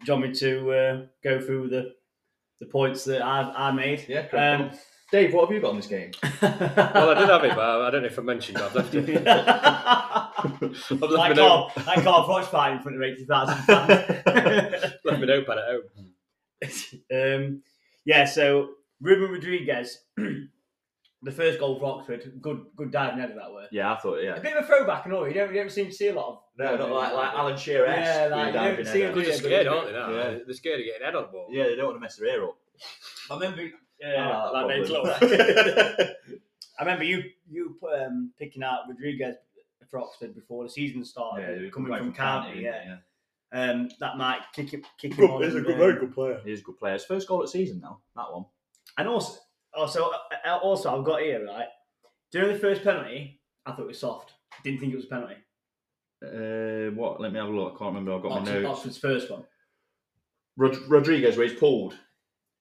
Speaker 2: Do you want me to uh, go through the the points that I I made? Um,
Speaker 1: Yeah, crack on. Dave, what have you got on this game?
Speaker 3: Well, I did have it, but I don't know if I mentioned it. I've left it. I've left
Speaker 2: Like
Speaker 3: my note,
Speaker 2: Carl, like Carl Froch fight in front of 80,000 fans.
Speaker 3: left my notepad at home.
Speaker 2: um, yeah, so Ruben Rodriguez, the first goal for Oxford, good good diving header that way.
Speaker 1: Yeah, I thought yeah.
Speaker 2: A bit of a throwback and all, you don't, you don't seem to see a lot of.
Speaker 1: No, not like like Alan Shearer.
Speaker 2: Yeah, like, you don't see
Speaker 3: Because
Speaker 2: Yeah,
Speaker 3: they're scared, aren't they? Now
Speaker 1: Yeah.
Speaker 3: they're scared of getting head on the ball.
Speaker 1: Yeah, they don't want to mess their ear up.
Speaker 2: I remember,
Speaker 1: Ah,
Speaker 2: yeah, like
Speaker 1: problem.
Speaker 2: they close. I remember you you um, picking out Rodriguez for Oxford before the season started,
Speaker 1: Yeah,
Speaker 2: coming from County, yeah.
Speaker 1: yeah.
Speaker 2: um, that might kick him, kick him on.
Speaker 3: Good, he's a
Speaker 2: and,
Speaker 3: good,
Speaker 2: um,
Speaker 3: very good player.
Speaker 1: He is a good player. His first goal of the season now. That one.
Speaker 2: And also, also, uh, uh, also, I've got here right during the first penalty. I thought it was soft. Didn't think it was a penalty.
Speaker 1: Uh, what? Let me have a look. I can't remember. I've got my
Speaker 2: Oxford,
Speaker 1: notes.
Speaker 2: Oxford's first one.
Speaker 1: Rod- Rodriguez, where he's pulled.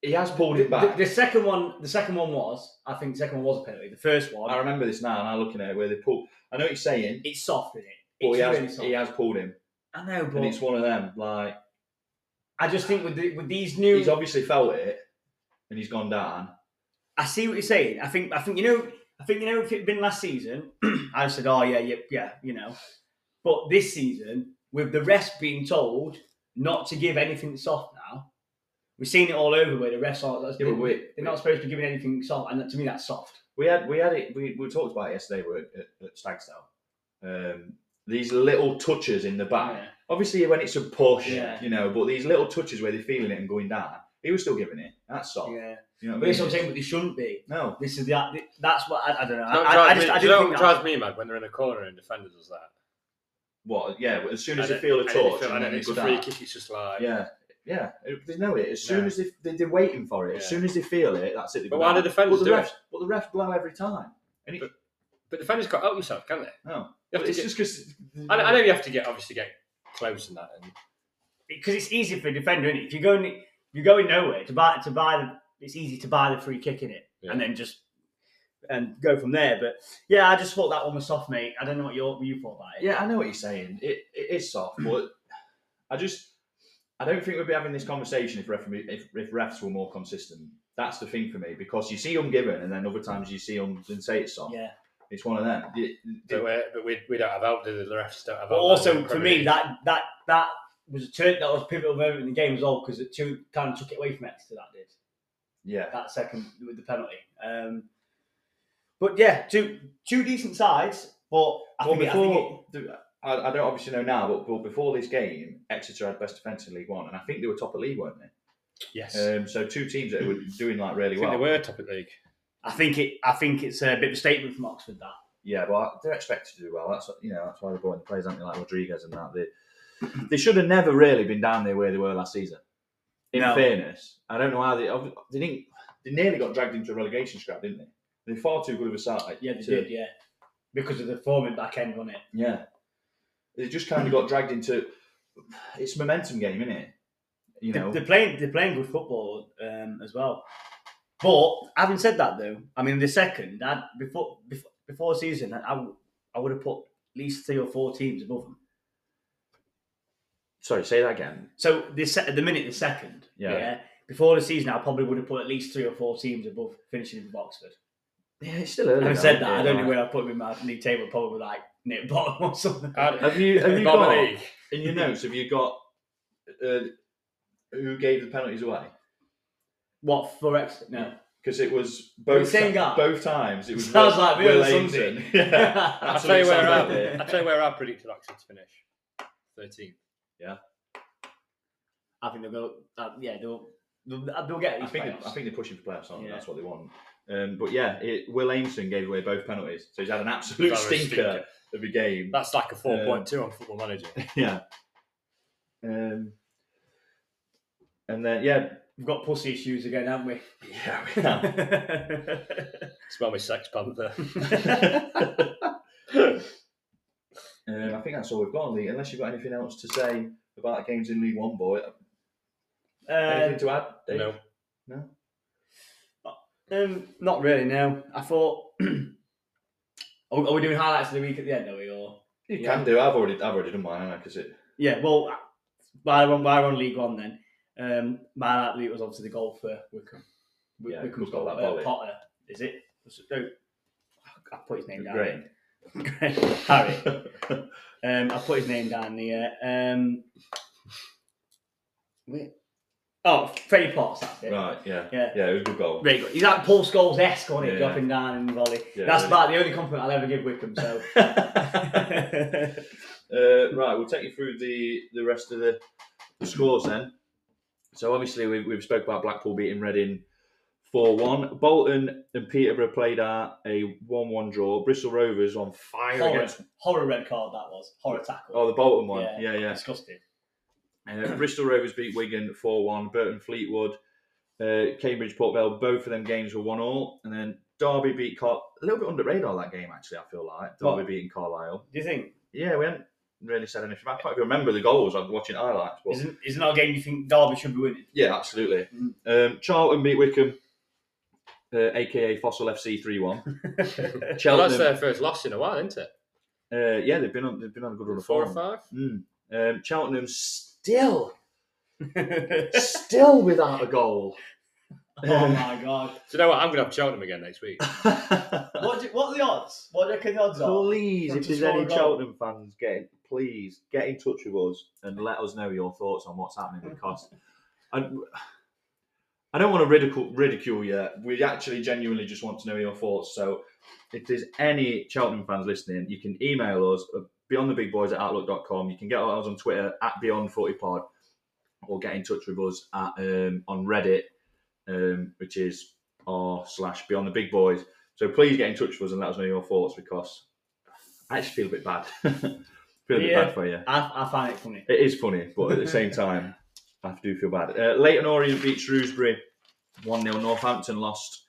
Speaker 1: He has pulled it
Speaker 2: The,
Speaker 1: back.
Speaker 2: the second one, the second one was, I think, the second one was a penalty. The first one,
Speaker 1: I remember this now, and I'm looking at it where they pull. I know what you're saying,
Speaker 2: it's soft, isn't it?
Speaker 1: but
Speaker 2: It's
Speaker 1: he
Speaker 2: really
Speaker 1: has,
Speaker 2: soft.
Speaker 1: he has pulled him,
Speaker 2: I know,
Speaker 1: and it's
Speaker 2: but
Speaker 1: one of them. Like
Speaker 2: I just think with the, with these new,
Speaker 1: he's obviously felt it, and he's gone down.
Speaker 2: I see what you're saying. I think I think you know I think you know if it had been last season, I said, oh yeah, yeah, yeah, you know. But this season, with the rest being told not to give anything soft now, we've seen it all over where the rest aren't. That's,
Speaker 1: Yeah, but we-
Speaker 2: they're not supposed to be giving anything soft, and that, to me, that's soft.
Speaker 1: We had we had it. We, we talked about it yesterday. we at, at, at Stagstow. Um, these little touches in the back.
Speaker 2: Yeah.
Speaker 1: Obviously, when it's a push,
Speaker 2: Yeah.
Speaker 1: you know, but these little touches where they're feeling it and going down, he was still giving it. That's soft.
Speaker 2: yeah.
Speaker 1: You know
Speaker 2: But
Speaker 1: what I
Speaker 2: this is
Speaker 1: mean?
Speaker 2: what I'm saying, but they shouldn't be.
Speaker 1: No.
Speaker 2: This is the uh, that's what I, I don't know.
Speaker 3: That
Speaker 2: I, I, I
Speaker 3: drives
Speaker 2: just
Speaker 3: me-
Speaker 2: I
Speaker 3: do
Speaker 2: don't
Speaker 3: you know
Speaker 2: think
Speaker 3: what
Speaker 2: that-
Speaker 3: drives me mad when they're in a corner and defender does that?
Speaker 1: What? Yeah. But as soon as
Speaker 3: And
Speaker 1: they
Speaker 3: it-
Speaker 1: feel a
Speaker 3: and
Speaker 1: touch,
Speaker 3: it feel-
Speaker 1: and
Speaker 3: and
Speaker 1: then
Speaker 3: it-
Speaker 1: they
Speaker 3: it's a
Speaker 1: go
Speaker 3: free
Speaker 1: down.
Speaker 3: kick. It's just like,
Speaker 1: Yeah, yeah. They know it as soon
Speaker 3: Yeah.
Speaker 1: as they, they they're waiting for it. As
Speaker 3: Yeah.
Speaker 1: soon as they feel it, that's it. they
Speaker 3: But
Speaker 1: go
Speaker 3: why
Speaker 1: down.
Speaker 3: do defenders
Speaker 1: but the
Speaker 3: do
Speaker 1: refs,
Speaker 3: it?
Speaker 1: But the refs blow every time.
Speaker 3: but defenders can't help themselves, can they?
Speaker 1: No,
Speaker 3: You have to
Speaker 1: it's
Speaker 3: get-
Speaker 1: just because.
Speaker 3: I, know- I know you have to get obviously get close and that, and
Speaker 2: because it's easy for a defender, isn't it? If you're going, if you're going nowhere to buy to buy the, it's easy to buy the free kick in it,
Speaker 3: Yeah.
Speaker 2: and then just and go from there. But yeah, I just thought that one was soft, mate. I don't know what your you thought about it.
Speaker 1: Yeah, I know what you're saying. It it is soft, but I just I don't think we'd be having this conversation if ref, if, if refs were more consistent. That's the thing for me because you see them given, and then other times you see them and say it's soft.
Speaker 2: Yeah.
Speaker 1: It's one of them. You-
Speaker 3: but, we're, but we, we don't have help. The the refs don't have
Speaker 2: But
Speaker 3: help.
Speaker 2: also
Speaker 3: Premier
Speaker 2: for me,
Speaker 3: League.
Speaker 2: that that that was a turn that was a pivotal moment in the game as well because it two kind of took it away from Exeter. That did
Speaker 1: yeah,
Speaker 2: that second with the penalty. Um, but yeah, two two decent sides, but I
Speaker 1: well,
Speaker 2: think, it- I think it-
Speaker 1: before the- I, I don't obviously know now, but, but before this game, Exeter had best defence in League One, and I think they were top of league, weren't they?
Speaker 3: yes,
Speaker 1: Um, so two teams that were doing like
Speaker 3: I
Speaker 1: really
Speaker 3: think
Speaker 1: well.
Speaker 3: they were top of the league.
Speaker 2: I think it I think it's a bit of a statement from Oxford that.
Speaker 1: Yeah, but they're expected to do well. That's you know that's why they're brought in the players, aren't they? Like Rodriguez and that. They they should have never really been down there where they were last season. In
Speaker 2: No.
Speaker 1: fairness, I don't know how they they didn't they nearly got dragged into a relegation scrap, didn't they? They're far too good of a side.
Speaker 2: Yeah, they
Speaker 1: to-
Speaker 2: did. Yeah, because of the form in back end on it.
Speaker 1: Yeah. They just kind of got dragged into it's a momentum game, isn't it? You know,
Speaker 2: They're playing. They're playing good football um, as well. But having said that, though, I mean the second that before before, before season, I, w- I would have put at least three or four teams above them.
Speaker 1: sorry, say that again.
Speaker 2: So this at the minute the second.
Speaker 1: Yeah.
Speaker 2: Before the season, I probably would have put at least three or four teams above finishing with Oxford.
Speaker 1: Yeah, it's still early.
Speaker 2: Having
Speaker 1: though,
Speaker 2: said
Speaker 1: isn't
Speaker 2: that,
Speaker 1: it?
Speaker 2: I don't know
Speaker 1: Like-
Speaker 2: where I put them in my league table. Probably like near bottom or something.
Speaker 3: I'd-
Speaker 1: Have you have you
Speaker 3: Bottom of
Speaker 1: got
Speaker 3: the league.
Speaker 1: in your notes? Have you got uh, who gave the penalties away?
Speaker 2: What for Exeter? No.
Speaker 1: because it was
Speaker 2: Are we
Speaker 1: both
Speaker 2: saying that?
Speaker 1: both times. It was
Speaker 2: Sounds
Speaker 1: Will-
Speaker 2: like me on
Speaker 1: Will
Speaker 2: a Sunday.
Speaker 1: Aitken. yeah.
Speaker 3: I'll
Speaker 1: That's
Speaker 3: tell you
Speaker 1: what it
Speaker 3: where
Speaker 1: sounds
Speaker 3: I
Speaker 1: like.
Speaker 3: I'll tell you where I predicted Oxford to finish. Thirteenth.
Speaker 2: I think they'll go. Uh, yeah, they'll. They'll, they'll get.
Speaker 1: I
Speaker 2: these
Speaker 1: think
Speaker 2: playoffs.
Speaker 1: I think they're pushing for playoffs. Aren't they?
Speaker 2: Yeah.
Speaker 1: That's what they want. Um, but yeah, it, Will Ameson gave away both penalties, so he's had an absolute
Speaker 3: Sorry,
Speaker 1: stinker,
Speaker 3: stinker.
Speaker 1: of a game.
Speaker 3: That's like a four point two on Football Manager.
Speaker 1: yeah. Um, and then yeah,
Speaker 2: We've got pussy issues again, haven't we?
Speaker 1: yeah, we have.
Speaker 3: Smell me sex panther.
Speaker 1: um, I think that's all we've got on Lee. Unless you've got anything else to say about games in League One, boy. Anything
Speaker 2: uh,
Speaker 1: to add? Dave?
Speaker 3: no.
Speaker 1: No.
Speaker 2: um, not really. No, I thought. are, are we doing highlights of the week at the end? Are we or?
Speaker 1: You
Speaker 2: Yeah.
Speaker 1: can do. I've already I've already done mine because it.
Speaker 2: Yeah. Well, while we're on, while we're on League One, then um, my highlight of the week was obviously the goal for Wickham. Wick-
Speaker 1: Yeah,
Speaker 2: Wickham's
Speaker 1: good goal,
Speaker 2: goal.
Speaker 1: that volley.
Speaker 2: Uh, Potter, is it? Was it- No, I put his name down.
Speaker 1: Great.
Speaker 2: Great. Harry. Um, I put his name down here. Um, wait. oh, Freddie Potts, that's it.
Speaker 1: Right, yeah.
Speaker 2: Yeah.
Speaker 1: it was a good goal.
Speaker 2: Very good. He's like Paul Scholes esque on it,
Speaker 1: Yeah.
Speaker 2: dropping down in the volley.
Speaker 1: Yeah,
Speaker 2: that's
Speaker 1: really.
Speaker 2: about the only compliment I'll ever give Wickham. So,
Speaker 1: Uh, right, we'll take you through the, the rest of the, the scores then. So obviously we've, we've spoke about Blackpool beating Reading 4-1. Bolton and Peterborough played out a 1-1 draw. Bristol Rovers on fire
Speaker 2: horror,
Speaker 1: against...
Speaker 2: horror red card that was. Horror tackle.
Speaker 1: Oh, the Bolton one. Yeah, yeah.
Speaker 2: Disgusting.
Speaker 1: Uh, Bristol Rovers beat Wigan 4 1. Burton Fleetwood, uh, Cambridge Port Vale, both of them games were 1 all. And then Derby beat Car. A little bit under the radar that game, actually, I feel like. Derby
Speaker 2: What?
Speaker 1: beating Carlisle.
Speaker 2: Do you think
Speaker 1: Yeah, we hadn't really said anything. I can't even remember the goals. I'm watching highlights. But
Speaker 2: isn't isn't our game? You think Derby should be winning?
Speaker 1: yeah, absolutely.
Speaker 2: Mm.
Speaker 1: Um, Charlton beat Wickham, uh, aka Fossil FC 3 1.
Speaker 4: Well,
Speaker 1: Cheltenham.
Speaker 4: that's their first loss in a while, isn't it?
Speaker 1: Uh, yeah, they've been on. They've been on a good run of
Speaker 4: Four or
Speaker 1: form.
Speaker 4: five.
Speaker 1: Mm. Um, Cheltenham still, still without a goal.
Speaker 2: oh my god!
Speaker 4: So you know what? I'm going to have Cheltenham again next week.
Speaker 2: What do, what are the odds? What do you reckon the odds are?
Speaker 1: please,
Speaker 2: From
Speaker 1: if
Speaker 2: to
Speaker 1: there's
Speaker 2: score
Speaker 1: any
Speaker 2: a goal.
Speaker 1: Cheltenham fans, get please get in touch with us and let us know your thoughts on what's happening because I, I don't want to ridicule ridicule you. We actually genuinely just want to know your thoughts. So if there's any Cheltenham fans listening, you can email us at beyondthebigboys at outlook.com. You can get us on Twitter at beyond40pod or get in touch with us at um, on Reddit, um, which is r slash beyond the big boys. So please get in touch with us and let us know your thoughts because I actually feel a bit bad. feel a bit
Speaker 2: Yeah.
Speaker 1: bad for you.
Speaker 2: I, I find it funny.
Speaker 1: It is funny, but at the same time, I do feel bad. Uh, Leighton Orient beat Shrewsbury 1 0. Northampton lost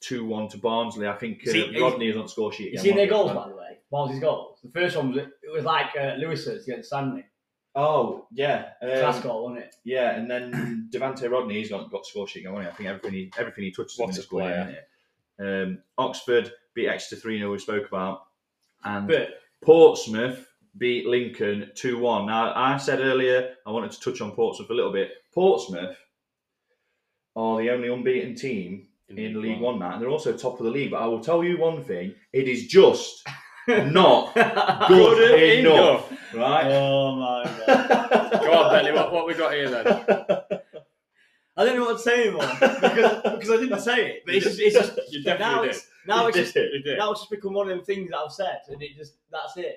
Speaker 1: 2 1 to Barnsley. I think uh,
Speaker 2: See, it-
Speaker 1: Rodney is on the score sheet.
Speaker 2: You
Speaker 1: again,
Speaker 2: seen their
Speaker 1: wasn't
Speaker 2: goals,
Speaker 1: he?
Speaker 2: by the way? Barnsley's goals. The first one was it was like uh, Lewis's against Stanley.
Speaker 1: Oh, yeah.
Speaker 2: Class
Speaker 1: Um,
Speaker 2: goal, wasn't it?
Speaker 1: yeah, and then Devante Rodney, he's got, got score sheet going on. I think everything he, everything he touches
Speaker 3: What
Speaker 1: is
Speaker 3: a
Speaker 1: a score.
Speaker 3: player.
Speaker 1: isn't it? Um, Oxford beat Exeter 3 0, we spoke about. And
Speaker 2: But
Speaker 1: Portsmouth beat Lincoln 2 1. Now, I said earlier I wanted to touch on Portsmouth a little bit. Portsmouth are the only unbeaten team in League One now, and they're also top of the league. But I will tell you one thing it is just not good, enough,
Speaker 4: Enough.
Speaker 1: right?
Speaker 2: oh my god!
Speaker 4: Go on, Bentley. What, what we got here then?
Speaker 2: I don't know what to say anymore because, because I didn't say it. But it's just, it's just
Speaker 4: You
Speaker 2: now
Speaker 4: definitely did.
Speaker 2: it's now
Speaker 1: You
Speaker 2: it's
Speaker 1: did
Speaker 2: just
Speaker 1: it.
Speaker 4: You did.
Speaker 2: now it's just become one of them things that I've said, and it just that's it.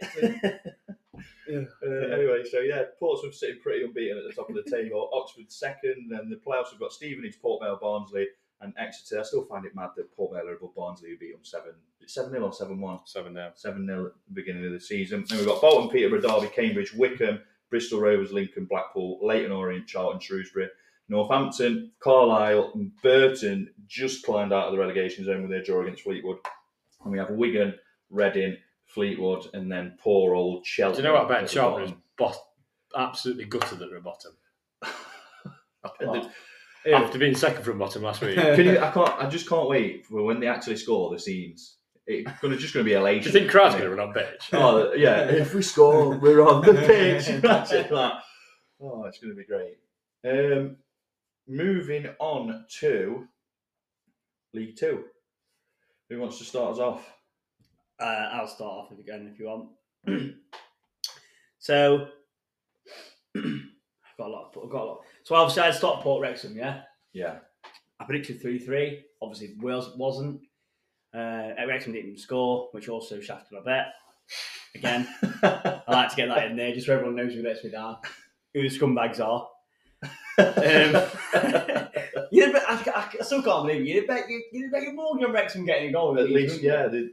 Speaker 1: Uh, anyway, so yeah, Portsmouth sitting pretty unbeaten at the top of the table. Oxford second, then the playoffs have got Stevenage, Port Vale, Barnsley, and Exeter. I still find it mad that Port Vale are above Barnsley, who beat them seven seven 0 or seven one.
Speaker 4: Seven now.
Speaker 1: seven 0 at the beginning of the season. Then we've got Bolton, Peterborough, Derby, Cambridge, Wickham, Bristol Rovers, Lincoln, Blackpool, Leighton Orient, Charlton, Shrewsbury, Northampton, Carlisle, and Burton just climbed out of the relegation zone with their draw against Fleetwood. And we have Wigan, Reading, Fleetwood, and then poor old
Speaker 4: Do
Speaker 1: Chelsea.
Speaker 4: you know what? Ben Cheltenham is bot- absolutely gutted at the bottom after being second from bottom last week. Do
Speaker 1: Can you? I can't. I just can't wait for when they actually score the scenes. It's gonna just gonna be elation.
Speaker 4: you think Crowd's going to run on bitch?
Speaker 1: Oh yeah! If we score, we're on the pitch. Imagine that. Oh, it's going to be great. Um, moving on to League Two. Who wants to start us off?
Speaker 2: Uh, I'll start off if- again if you want. so I've got a lot. I've got a lot. So obviously I stopped Port Wrexham. Yeah,
Speaker 1: Yeah.
Speaker 2: I predicted three three. Obviously Wales wasn't. Uh, Wrexham didn't score, which also shafted my bet. Again, I like to get that in there just so everyone knows who lets me down, who the scumbags are. Um, you did bet, I, I, I still can't believe it. you did bet you, you did bet your mortgage on Wrexham getting a goal
Speaker 1: At least, yeah, they,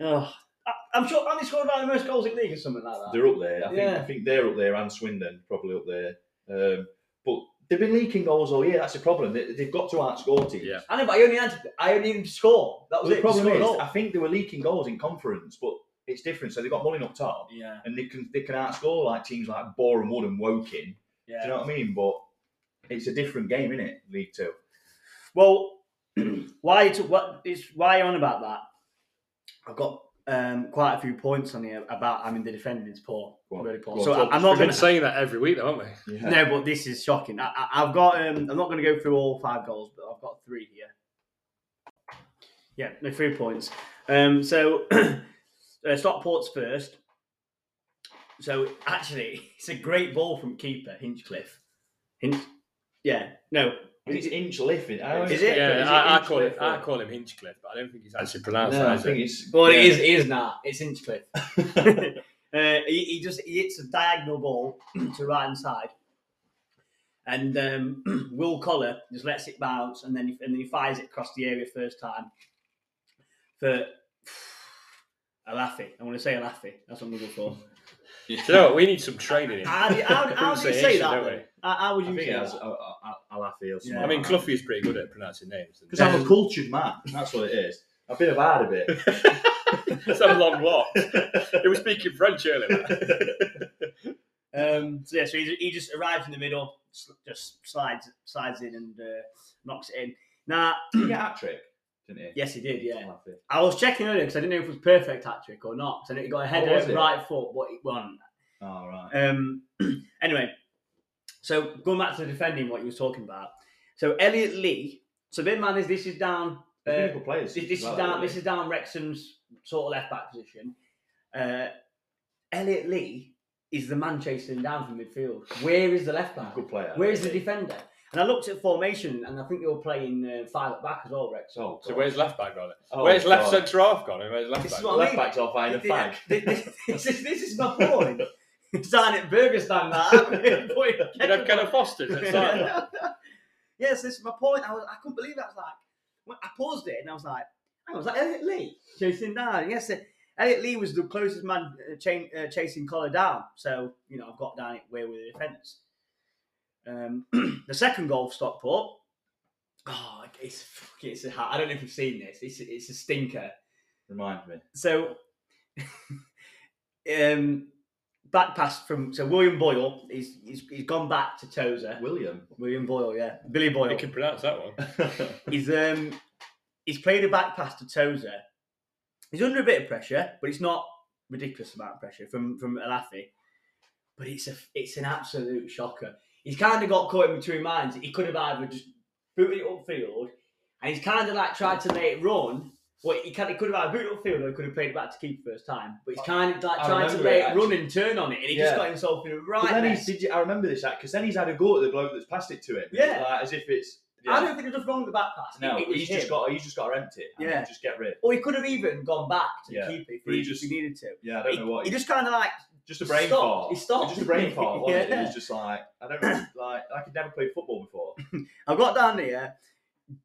Speaker 2: Oh, I, I'm sure aren't they scored like the most goals in the league or something like that.
Speaker 1: they're up there. I think,
Speaker 2: Yeah.
Speaker 1: I think they're up there, and Swindon probably up there. Um, but they've been leaking goals all year. That's the problem. They, they've got to outscore teams.
Speaker 4: Yeah.
Speaker 2: I know, but I only had to, I only needed to score. That was
Speaker 1: the
Speaker 2: it.
Speaker 1: problem
Speaker 2: Score a
Speaker 1: is,
Speaker 2: goal.
Speaker 1: I think they were leaking goals in conference, but it's different. So they've got Mullin up top.
Speaker 2: yeah,
Speaker 1: and they can they can outscore like teams like Boreham Wood and Woking.
Speaker 2: yeah.
Speaker 1: Do you know what I mean? But it's a different game, isn't it? League Two.
Speaker 2: Well, why it's what it's why you're on about that? I've got um, quite a few points on here about I mean the defending's poor,
Speaker 1: Go on,
Speaker 2: really poor.
Speaker 1: go on,
Speaker 2: so
Speaker 1: talk
Speaker 2: I, am
Speaker 1: us
Speaker 2: not
Speaker 4: We've
Speaker 2: going
Speaker 4: been
Speaker 2: to.
Speaker 4: saying that every week, though, haven't we?
Speaker 1: Yeah.
Speaker 2: No, but this is shocking. I, I, I've got. Um, I'm not going to go through all five goals, but I've got three here. Yeah, no three points. Um, so uh, Stockport's first. So actually, it's a great ball from keeper Hinchcliffe. Hinch, yeah, no,
Speaker 1: It's inch lifting.
Speaker 2: Is it?
Speaker 4: Yeah,
Speaker 1: Is it
Speaker 4: I, I
Speaker 1: inch
Speaker 4: call it.
Speaker 1: lifting?
Speaker 4: I call him Hinchcliffe, but I don't think he's actually pronounced
Speaker 1: No,
Speaker 4: that.
Speaker 1: I
Speaker 4: is
Speaker 1: think
Speaker 4: it?
Speaker 1: it's.
Speaker 2: Well, it
Speaker 1: yeah.
Speaker 2: is. It is now. It's Hinchcliffe. uh, he, he just he hits a diagonal ball to right hand side, and um, Will Collar just lets it bounce, and then he, and then he fires it across the area first time for a laffy. I want to say a laffy. That's what I'm going for.
Speaker 1: Yeah.
Speaker 3: Do you know what? We need some training here.
Speaker 2: How, do you- how, how do you say
Speaker 3: Pronunciation,
Speaker 2: that?
Speaker 3: don't
Speaker 2: Then? How, how would
Speaker 1: I
Speaker 2: you
Speaker 1: think
Speaker 2: say
Speaker 1: it has
Speaker 2: that?
Speaker 1: a- a- a- a Lafayette
Speaker 2: Yeah.
Speaker 1: smile.
Speaker 3: I mean, Cluffy is pretty good at pronouncing names.
Speaker 1: Because I'm a cultured man. That's what it is. I've been about a bit.
Speaker 3: Let's have a long walk. He was speaking French earlier.
Speaker 2: Um, so yeah, so he, he just arrives in the middle, s- just slides slides in and uh, knocks it in. Now,
Speaker 1: Did he get a hat trick? Didn't he?
Speaker 2: yes, he did. Yeah,
Speaker 1: Lafayette.
Speaker 2: I was checking earlier because I didn't know if it was perfect hat trick or not. So I know he got a header
Speaker 1: was it?
Speaker 2: right foot, but it won.
Speaker 1: Oh, right.
Speaker 2: Um, anyway, so going back to the defending, what you were talking about. So Elliot Lee. So big man is this is down. Uh,
Speaker 1: Clinical players.
Speaker 2: This, this is
Speaker 1: Well,
Speaker 2: down.
Speaker 1: really.
Speaker 2: This is down Wrexham's sort of left back position. Uh, Elliot Lee is the man chasing him down from midfield. Where is the left back?
Speaker 1: Good player.
Speaker 2: Where is the defender? And I looked at formation, and I think they were playing uh, five at back as well, Wrexham.
Speaker 1: Oh,
Speaker 3: So
Speaker 1: God.
Speaker 3: where's left back gone?
Speaker 1: Oh,
Speaker 3: where's left
Speaker 1: God.
Speaker 3: centre half gone? And where's left
Speaker 2: This
Speaker 3: back?
Speaker 2: is
Speaker 3: gone?
Speaker 2: what I
Speaker 1: Left
Speaker 2: mean.
Speaker 1: back's off in a fag.
Speaker 2: Th- th- this, is, this is my point. Starting at Burgerstand, that. Boy,
Speaker 3: You'd have Kenneth Foster. That's like,
Speaker 2: yes, this is my point. I, was, I couldn't believe that. I was like, when I paused it and I was like, hang on, was that Elliot Lee chasing down? Yes, uh, Elliot Lee was the closest man uh, chain, uh, chasing Collar down. So, you know, I've got down it where were the defenders. Um, the second goal for Stockport. Oh, it's fuck, it's a ha- I don't know if you've seen this. It's it's a stinker.
Speaker 1: Remind me.
Speaker 2: So, um, back pass from so William Boyle. He's he's, he's gone back to Tozer.
Speaker 1: William.
Speaker 2: William Boyle, yeah, Billy Boyle.
Speaker 3: you can pronounce that one.
Speaker 2: He's um he's played a back pass to Tozer. He's under a bit of pressure, but it's not ridiculous amount of pressure from from Alafi. But it's a it's an absolute shocker. He's kind of got caught in between minds. He could have either just booted it upfield, and he's kind of like tried to let it run. Well, he, can, he could have either booted it upfield or he could have played it back to keep first time. But he's kind of like
Speaker 1: I
Speaker 2: trying to
Speaker 1: remember
Speaker 2: let
Speaker 1: it,
Speaker 2: it run and turn on it, and he just
Speaker 1: Yeah.
Speaker 2: got himself in a right
Speaker 1: But then
Speaker 2: mess.
Speaker 1: he's, did you, I remember this act because then he's had a go at the bloke that's passed it to him.
Speaker 2: Yeah.
Speaker 1: Like, as if it's.
Speaker 2: I don't think it was wrong with the back pass.
Speaker 1: No,
Speaker 2: It was
Speaker 1: he's
Speaker 2: him.
Speaker 1: just got. He's just got to empty. it and
Speaker 2: Yeah.
Speaker 1: Just get rid.
Speaker 2: Or he could have even gone back to
Speaker 1: Yeah.
Speaker 2: the keeper if
Speaker 1: But he
Speaker 2: he,
Speaker 1: just-
Speaker 2: if he needed to.
Speaker 1: Yeah. I don't
Speaker 2: he,
Speaker 1: know what.
Speaker 2: he just kind of like,
Speaker 1: just a brain
Speaker 2: stopped.
Speaker 1: fart.
Speaker 2: He stopped.
Speaker 1: Just a brain fart. Wasn't it?
Speaker 2: Yeah.
Speaker 1: it was just like I don't know, like I could never play football before.
Speaker 2: I got down here,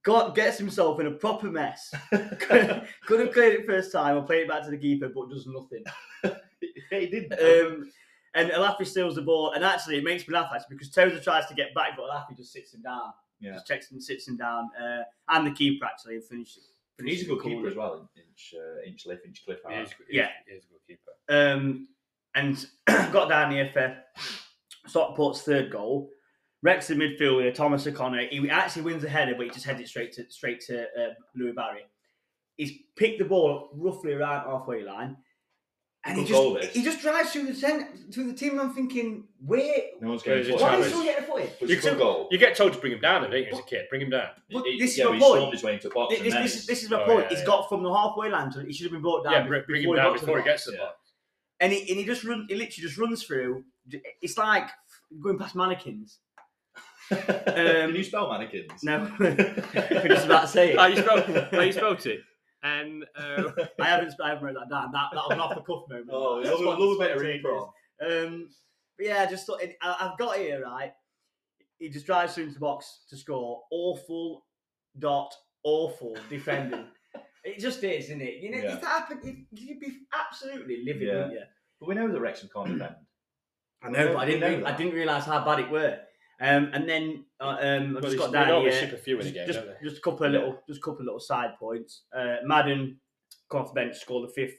Speaker 2: got gets himself in a proper mess. could, could have cleared it first time or played it back to the keeper, but does nothing.
Speaker 1: yeah, he did. though.
Speaker 2: Um, and Alafi steals the ball, and actually it makes me laugh actually because Tozer tries to get back, but Alafi just sits him down.
Speaker 1: Yeah.
Speaker 2: Just checks him, sits him down, uh, and the keeper actually and finishes.
Speaker 1: he's a good
Speaker 2: corner.
Speaker 1: keeper as well. Inch, uh, inch lift, inch cliff.
Speaker 3: He is,
Speaker 1: Hart.
Speaker 3: he is-
Speaker 2: Yeah.
Speaker 3: he is a good keeper.
Speaker 2: Um, and got down here for Stockport's third goal. Rex in midfield with Thomas O'Connor. He actually wins a header, but he just heads it straight to straight to uh, Louis Barry. He's picked the ball up roughly around halfway line, and he
Speaker 1: Good goal,
Speaker 2: just
Speaker 1: this.
Speaker 2: he just drives through the cent- through the team. And I'm thinking, where?
Speaker 1: No one's going
Speaker 3: Where is
Speaker 1: to touch
Speaker 2: Why did
Speaker 3: it, Chalmers?
Speaker 2: he still get a foot in?
Speaker 1: But it's a good goal.
Speaker 3: You get told to bring him down, though, don't you, as a kid? Bring him down.
Speaker 2: But
Speaker 1: He-
Speaker 2: this is
Speaker 1: yeah,
Speaker 2: my
Speaker 1: but he
Speaker 2: point.
Speaker 1: stormed his way into the box.
Speaker 2: This,
Speaker 1: and then
Speaker 2: this, this is my
Speaker 3: Oh,
Speaker 2: point.
Speaker 3: yeah,
Speaker 2: He's
Speaker 3: yeah.
Speaker 2: got from the halfway line to he should have been brought down.
Speaker 3: yeah,
Speaker 2: be-
Speaker 3: bring, bring him
Speaker 2: before he
Speaker 3: down
Speaker 2: got to the
Speaker 3: before he
Speaker 2: box.
Speaker 3: gets to the
Speaker 1: Yeah.
Speaker 3: box.
Speaker 2: and he, and he just run, he literally just runs through. It's like going past mannequins.
Speaker 1: Can
Speaker 2: Um,
Speaker 1: you spell mannequins?
Speaker 2: No, we're just about to say it.
Speaker 3: How
Speaker 2: I,
Speaker 3: Oh, you spelled, how you spelled it? And uh,
Speaker 2: haven't, I haven't wrote that down. That, that was an off the cuff moment.
Speaker 1: Oh,
Speaker 2: That's
Speaker 1: love,
Speaker 2: what-
Speaker 1: love a bit of
Speaker 2: that's what
Speaker 1: improv.
Speaker 2: it is. Um, but yeah, I just thought it, I, I've got here right. He just drives through into the box to score. Awful dot awful defending. it just is, isn't it? You know,
Speaker 1: Yeah.
Speaker 2: if that happened, you'd, you'd be absolutely livid,
Speaker 1: Yeah.
Speaker 2: wouldn't you?
Speaker 1: But we know the Wrexham can't defend.
Speaker 2: I know, but I didn't.
Speaker 1: We know
Speaker 2: re- I
Speaker 1: that.
Speaker 2: didn't realize how bad it were. Um, and then uh, um, I
Speaker 3: well,
Speaker 2: just got
Speaker 3: they
Speaker 2: down
Speaker 3: normally
Speaker 2: here.
Speaker 3: ship a few in a
Speaker 2: Just,
Speaker 3: game,
Speaker 2: just,
Speaker 3: don't they?
Speaker 2: just a couple of
Speaker 1: Yeah.
Speaker 2: little, just a couple of little side points. Uh, Madden come off the bench, score the fifth,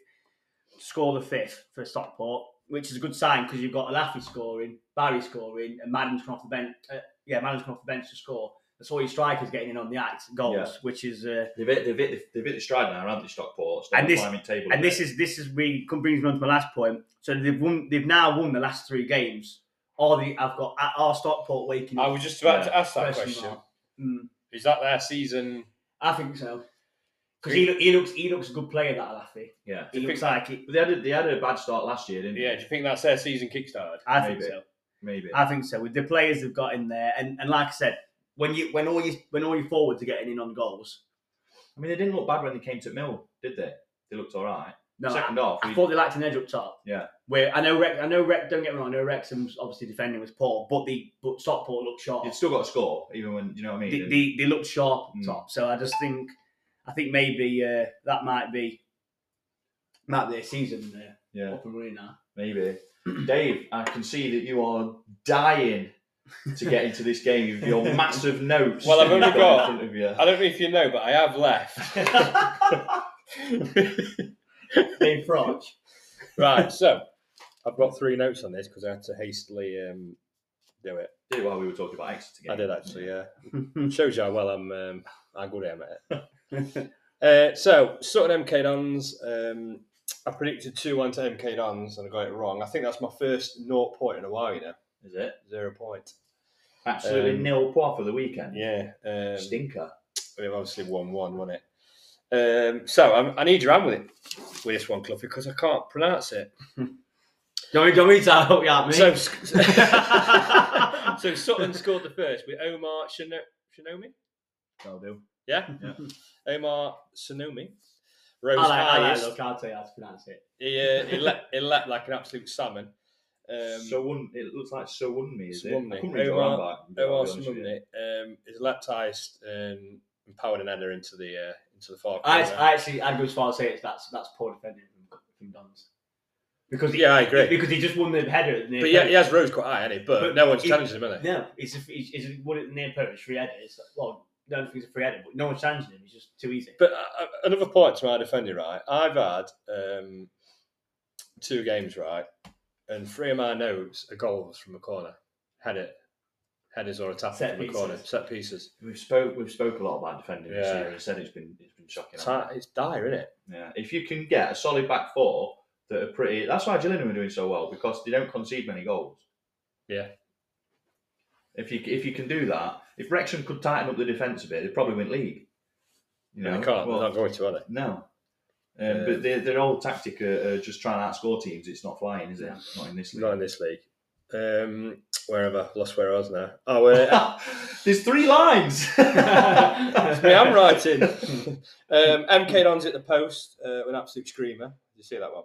Speaker 2: score the fifth for Stockport, which is a good sign because you've got Alafi scoring, Barry scoring, and Madden's come off the bench. Uh, yeah, Madden's come off the bench to score. That's all your strikers getting in on the act goals,
Speaker 1: Yeah.
Speaker 2: which is. Uh,
Speaker 1: They've hit, they've hit, the- they've hit the stride now, haven't they, Stockport? Stop
Speaker 2: And this-
Speaker 1: climbing table.
Speaker 2: and this is this is we come brings me on to my last point. So they've won. They've now won the last three games. Or the I've got our Stockport waking.
Speaker 3: I
Speaker 2: up.
Speaker 3: was just about
Speaker 1: Yeah.
Speaker 3: to ask that
Speaker 2: Question
Speaker 3: question.
Speaker 2: mark. Mm,
Speaker 3: Is that their season?
Speaker 2: I think so. Because he, look, he looks he looks a good player that Alafi.
Speaker 1: yeah.
Speaker 2: He
Speaker 3: Do you
Speaker 2: looks like it.
Speaker 1: But they had a, they had a bad start last year, didn't
Speaker 3: Yeah,
Speaker 1: they?
Speaker 3: do you think that's their season kickstarted?
Speaker 2: I think
Speaker 1: Maybe.
Speaker 2: so.
Speaker 1: Maybe.
Speaker 2: I think so. With the players they've got in there, and, and like I said, when you when all your when all your forwards are getting in on goals,
Speaker 1: I mean, they didn't look bad when they came to Mill, did they? They looked all right.
Speaker 2: no, I,
Speaker 1: Second off,
Speaker 2: I
Speaker 1: we-
Speaker 2: thought they lacked an edge up top.
Speaker 1: Yeah.
Speaker 2: Where I know Rex, I know Rex. Don't get me wrong. I know Wrexham's obviously defending was poor, but the but Stockport looked sharp.
Speaker 1: they've still got to score, even when you know what I mean.
Speaker 2: They,
Speaker 1: And-
Speaker 2: they, they looked sharp up
Speaker 1: Mm.
Speaker 2: top. So I just think I think maybe uh, that might be might be a season uh,
Speaker 1: yeah,
Speaker 2: up and running now.
Speaker 1: Maybe. Dave, I can see that you are dying to get into this game with your massive notes.
Speaker 3: Well, I've
Speaker 1: that you've
Speaker 3: only got-
Speaker 1: in front of you.
Speaker 3: I don't know if you know, but I have left.
Speaker 2: Dave Frotch.
Speaker 3: right, so I've got three notes on this because I had to hastily um, do it.
Speaker 1: Did it while we were talking about Exeter.
Speaker 3: I
Speaker 1: game.
Speaker 3: did actually, yeah. Shows you how well I'm um, how good I am at it. uh, so Sutton MK Dons. Um, I predicted two one to MK Dons and I got it wrong. I think that's my first naught point in a while. You know,
Speaker 1: Is it?
Speaker 3: zero point.
Speaker 1: Absolutely
Speaker 3: Um,
Speaker 1: nil point for the weekend.
Speaker 3: Yeah, um,
Speaker 1: Stinker.
Speaker 3: it was obviously one one, wasn't it? Um, so I'm, I need your hand with it with this one, Cluffy, because I can't pronounce it.
Speaker 2: Don't we, don't we tell hope you at me?
Speaker 3: So, so Sutton scored the first with Omar Shino- Shinomi.
Speaker 1: That'll do.
Speaker 3: Yeah,
Speaker 1: Yeah.
Speaker 3: Omar Shinomi. Rose
Speaker 2: I like, I like
Speaker 3: highest.
Speaker 2: look, I'll tell you how to pronounce it.
Speaker 3: He, uh, he, leapt, he leapt like an absolute salmon. Um,
Speaker 1: so one, it looks like so one me. Is
Speaker 3: Suwunmi.
Speaker 1: it? I couldn't read the line
Speaker 3: Omar-
Speaker 1: back, I'll be
Speaker 3: Omar
Speaker 1: honest with you.
Speaker 3: Sumumni, um, is leapt highest um, and powered an header into the uh, into the far
Speaker 2: I,
Speaker 3: corner.
Speaker 2: I actually, I'd go as far as say it's that's that's poor defending from, from Dons. Because he,
Speaker 3: yeah, I agree.
Speaker 2: because he just won the header. At the near
Speaker 3: but yeah,
Speaker 2: post.
Speaker 3: he has rose quite high, hasn't he? But,
Speaker 2: But
Speaker 3: no one's
Speaker 2: he-
Speaker 3: challenging him, is
Speaker 2: No, it's a, it's, it's won it near post, three headers. Well, no, I don't think it's a free header, but no one's challenging him. It's just too easy.
Speaker 3: But uh, another point to my defending, right? I've had um, two games, right, and three of my notes are goals from a corner, header, headers or a tap
Speaker 2: Set
Speaker 3: from a corner,
Speaker 2: pieces.
Speaker 3: set pieces.
Speaker 1: We've spoke we've spoke a lot about defending this
Speaker 3: Yeah.
Speaker 1: year and said it's been it's been shocking.
Speaker 3: It's, hard- it's dire, isn't it?
Speaker 1: Yeah. If you can get a solid back four that are pretty that's why Gillingham are doing so well, because they don't concede many goals.
Speaker 3: Yeah.
Speaker 1: If you if you can do that, if Wrexham could tighten up the defence a bit, they probably win league. You
Speaker 3: And they can't.
Speaker 1: well,
Speaker 3: they're not going to, are they?
Speaker 1: No. Um,
Speaker 3: Yeah.
Speaker 1: But their, their old tactic of uh, just trying to outscore teams, it's not flying, is it? Not in this league.
Speaker 3: Not in this league. Um, wherever lost where I was now. Oh, uh,
Speaker 1: There's three lines.
Speaker 3: it's me, I'm writing. um, MK Dons at the post uh, with an absolute screamer. Did you see that one?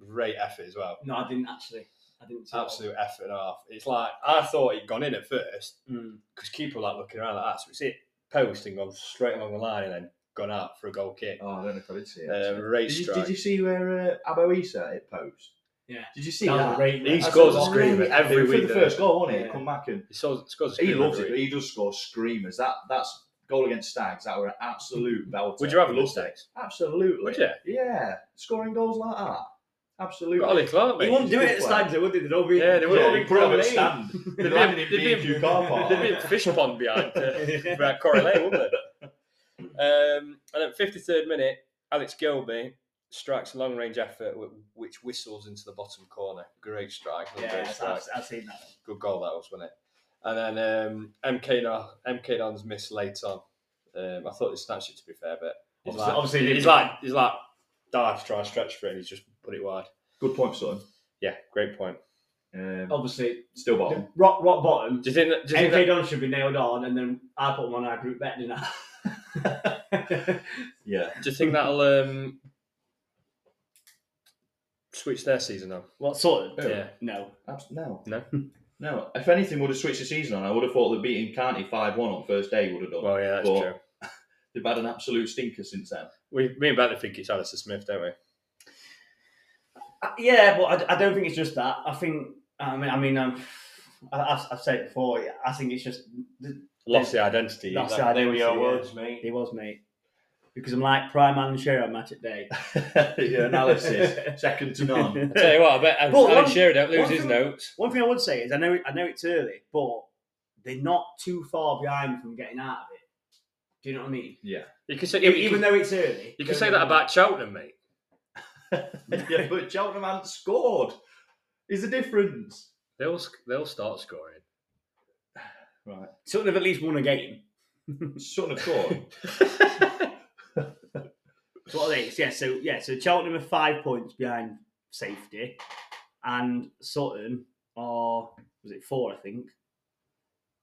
Speaker 3: Great effort as well.
Speaker 2: No, I didn't actually. I didn't. see that.
Speaker 3: Absolute effort and a half. It's like I thought he'd gone in at first
Speaker 2: Mm.
Speaker 3: because keeper like looking around like that. So it's hit post and gone straight along the line and then gone out for a goal kick.
Speaker 1: Oh, I don't know if I did see it.
Speaker 3: Um,
Speaker 1: actually.
Speaker 3: race
Speaker 1: did, you,
Speaker 3: strike.
Speaker 1: did you see where uh, Abo Issa hit post?
Speaker 2: Yeah.
Speaker 1: Did you see
Speaker 2: That was
Speaker 1: that?
Speaker 2: a great.
Speaker 3: He
Speaker 2: that's
Speaker 3: scores
Speaker 2: a
Speaker 3: a
Speaker 2: long-
Speaker 3: screamer
Speaker 1: It
Speaker 3: every
Speaker 1: was
Speaker 3: week.
Speaker 1: the
Speaker 3: doesn't
Speaker 1: first goal, wasn't it?
Speaker 2: Yeah.
Speaker 1: Come back and
Speaker 3: He, He scores, scores a
Speaker 1: he
Speaker 3: screamer
Speaker 1: loves
Speaker 3: every
Speaker 1: it.
Speaker 3: week.
Speaker 1: But he does score screamers. That that's goal against Stags. That were an absolute belter.
Speaker 3: Would you have a
Speaker 1: Loved
Speaker 3: love
Speaker 1: it.
Speaker 3: sex?
Speaker 1: Absolutely.
Speaker 3: Would you?
Speaker 1: Yeah, scoring goals like that. Absolutely.
Speaker 3: Got Ollie Clark,
Speaker 2: He
Speaker 3: mate.
Speaker 2: wouldn't do it at
Speaker 1: Well.
Speaker 2: Stags, would they? They'd all be.
Speaker 3: Yeah, they would.
Speaker 2: they'd all
Speaker 3: Yeah,
Speaker 2: be
Speaker 3: he'd
Speaker 1: probably
Speaker 2: promenading.
Speaker 1: stand.
Speaker 3: They'd
Speaker 1: They'd
Speaker 3: be,
Speaker 1: have
Speaker 3: a-
Speaker 1: it
Speaker 3: they'd be
Speaker 1: in
Speaker 3: a-
Speaker 1: B&Q car park.
Speaker 3: There'd be a fish pond behind uh, behind Correlate, wouldn't there? Um, and at 53rd minute, Alex Gilby strikes a long range effort whi- which whistles into the bottom corner. Great strike. another
Speaker 2: Yeah,
Speaker 3: great
Speaker 2: I've,
Speaker 3: strike.
Speaker 2: I've- I've seen that.
Speaker 3: Good goal that was, wasn't it? And then um, MK Don, MK Don's miss late on. Um, I thought they snatched it to be fair, but he's
Speaker 2: Obviously-
Speaker 3: like,
Speaker 2: obviously he
Speaker 3: he's
Speaker 2: didn't.
Speaker 3: like he's like dive, try and stretch for it, and he's just put it wide.
Speaker 1: Good point, son.
Speaker 3: Yeah, great point. Oh.
Speaker 1: Um,
Speaker 2: Obviously,
Speaker 1: still
Speaker 2: the
Speaker 1: bottom.
Speaker 2: rock rock bottom.
Speaker 3: Do you think? That, do you think
Speaker 2: MK
Speaker 3: that,
Speaker 2: Don should be nailed on, and then I put them on our group bet, didn't I?
Speaker 1: Yeah.
Speaker 3: Do you think that'll um, switch their season on?
Speaker 2: what sort
Speaker 1: Yeah.
Speaker 2: No.
Speaker 1: Abs- no.
Speaker 3: No?
Speaker 1: No. If anything would have switched the season on, I would have thought that beating County 5 1 on first day would have done.
Speaker 3: Well, yeah, that's
Speaker 1: Well-
Speaker 3: true.
Speaker 1: They've had an absolute stinker since then.
Speaker 3: We, me and Bentley think it's Alistair Smith, don't we?
Speaker 2: Uh, Yeah, but I, I don't think it's just that. I think I mean I mean um, I, I've, I've said it before. yeah, I think it's just the-
Speaker 3: Lost the identity.
Speaker 2: Lost the
Speaker 3: There were your
Speaker 2: identity, yeah.
Speaker 3: words, mate.
Speaker 2: he was mate because I'm like prime man and share on match at day.
Speaker 1: Your analysis, second to none.
Speaker 3: I tell you what, I bet
Speaker 2: But
Speaker 3: Alan
Speaker 2: one-
Speaker 3: Shearer don't lose
Speaker 2: one
Speaker 3: his
Speaker 2: thing-
Speaker 3: notes.
Speaker 2: One thing I would say is I know I know it's early, but they're not too far behind from getting out of it. Do you know what I mean?
Speaker 1: Yeah.
Speaker 3: You could say,
Speaker 2: Even,
Speaker 3: you, could,
Speaker 2: though it's early,
Speaker 3: you could say that about Cheltenham, mate.
Speaker 1: yeah, but Cheltenham hadn't scored. Is the difference.
Speaker 3: They'll sc- they'll start scoring.
Speaker 1: Right.
Speaker 2: Sutton have at least won a game.
Speaker 1: Son of scored.
Speaker 2: So what are they? Yeah. So yeah. So Cheltenham are five points behind safety, and Sutton are was it four? I think.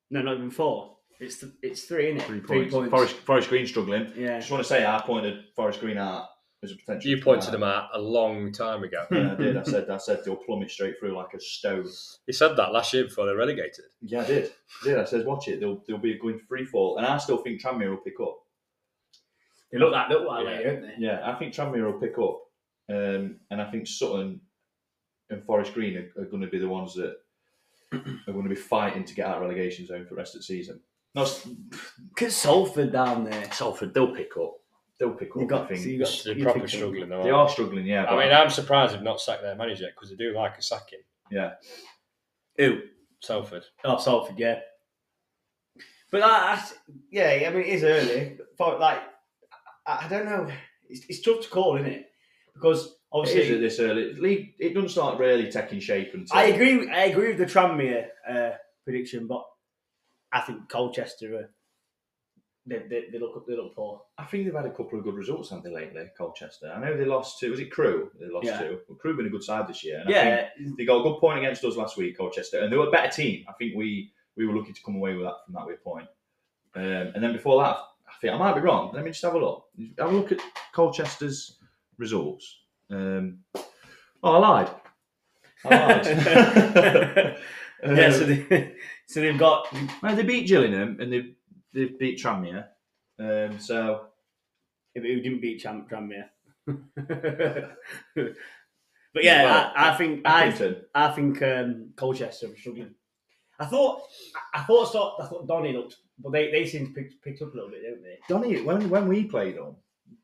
Speaker 2: No, not even four. It's th- it's three, isn't it?
Speaker 1: Forest, Forest Green struggling. I
Speaker 2: Yeah.
Speaker 1: just want to say I pointed Forest Green out as a potential.
Speaker 3: you pointed them out a long time ago.
Speaker 1: Yeah, I did. I said, I said they'll plummet straight through like a stone.
Speaker 3: you said that last year before they were relegated.
Speaker 1: Yeah, I did. I did. I said, watch it. They'll, they'll be going free fall. And I still think Tranmere will pick up.
Speaker 2: They look that look like
Speaker 3: Yeah.
Speaker 2: later, don't they?
Speaker 1: Yeah, I think Tranmere will pick up. Um, and I think Sutton and Forest Green are, are going to be the ones that are going to be fighting to get out of relegation zone for the rest of the season. No, it's-
Speaker 2: Get Salford down there.
Speaker 1: Salford, they'll pick up. They'll pick up.
Speaker 2: You
Speaker 1: I
Speaker 2: got,
Speaker 1: think.
Speaker 2: so you got
Speaker 3: They're
Speaker 2: you
Speaker 3: proper
Speaker 2: think-
Speaker 3: struggling though.
Speaker 1: they
Speaker 3: aren't
Speaker 1: are struggling, yeah.
Speaker 3: they? I mean, I'm surprised they've not sacked their manager yet because they do like a sacking.
Speaker 2: Who?
Speaker 3: Salford.
Speaker 2: Oh, Salford, yeah. But that, that's, yeah, I mean, it is early. But like, I, I don't know. It's, it's tough to call, isn't it? Because
Speaker 1: it is
Speaker 2: obviously,
Speaker 1: at this early. League, it doesn't start really taking shape until.
Speaker 2: I agree. with- I agree with the Tranmere uh, prediction, but I think Colchester are, they, they, they look they look poor.
Speaker 1: I think they've had a couple of good results, haven't they, lately? Colchester. I know they lost to. Was it Crew? They lost
Speaker 2: Yeah.
Speaker 1: to. Well, Crew been a good side this year. And I think
Speaker 2: yeah,
Speaker 1: they got a good point against us last week, Colchester, and they were a better team. I think we we were lucky to come away with that from that way point. Um, and then before that, I think I might be wrong. Let me just have a look. Have a look at Colchester's results. Um, oh, I lied. I lied. Um,
Speaker 2: yeah. So they so they've got
Speaker 1: well, they beat Gillingham and they they beat Tranmere. Um, so
Speaker 2: who didn't beat Tran- Tranmere. but yeah, I, I think I
Speaker 1: Accrington.
Speaker 2: I think um, Colchester were struggling. I thought, I I thought, so, I thought Donny looked, but they, they seem to pick, picked up a little bit, don't they?
Speaker 1: Donny, when when we played them,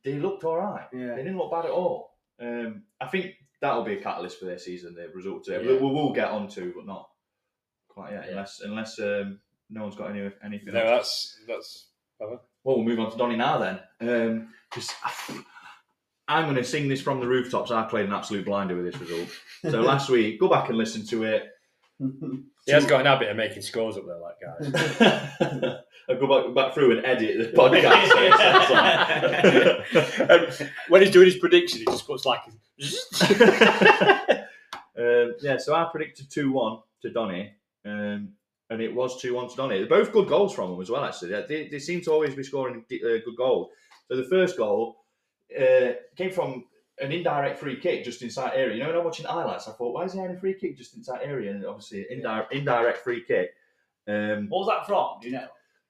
Speaker 1: they looked all right.
Speaker 2: Yeah.
Speaker 1: They didn't look bad at all. Um, I think that'll be a catalyst for their season. The result today,
Speaker 3: Yeah.
Speaker 1: we, we will get onto, but not quite yet.
Speaker 3: Yeah.
Speaker 1: Unless unless um, no one's got any anything.
Speaker 3: No, uh,
Speaker 1: else.
Speaker 3: that's that's.
Speaker 1: Well, we'll move on to Donny now then, Um, because I'm going to sing this from the rooftops. I played an absolute blinder with this result. So last week, go back and listen to it.
Speaker 3: He has got an habit of making scores up there, like guys.
Speaker 1: I go back back through and edit the podcast. so it sounds like-
Speaker 3: um, when he's doing his prediction, he just puts like.
Speaker 1: um, yeah, so I predicted 2 1 to Donny, um, and it was 2 1 to Donny. They're both good goals from them as well, actually. They- They, they seem to always be scoring d- uh, good goals. So the first goal uh, came from an indirect free kick just inside area. You know, when I'm watching highlights, I thought, why is he having a free kick just inside area? And obviously, indirect, indirect free kick. Um,
Speaker 2: What was that from? Do you know?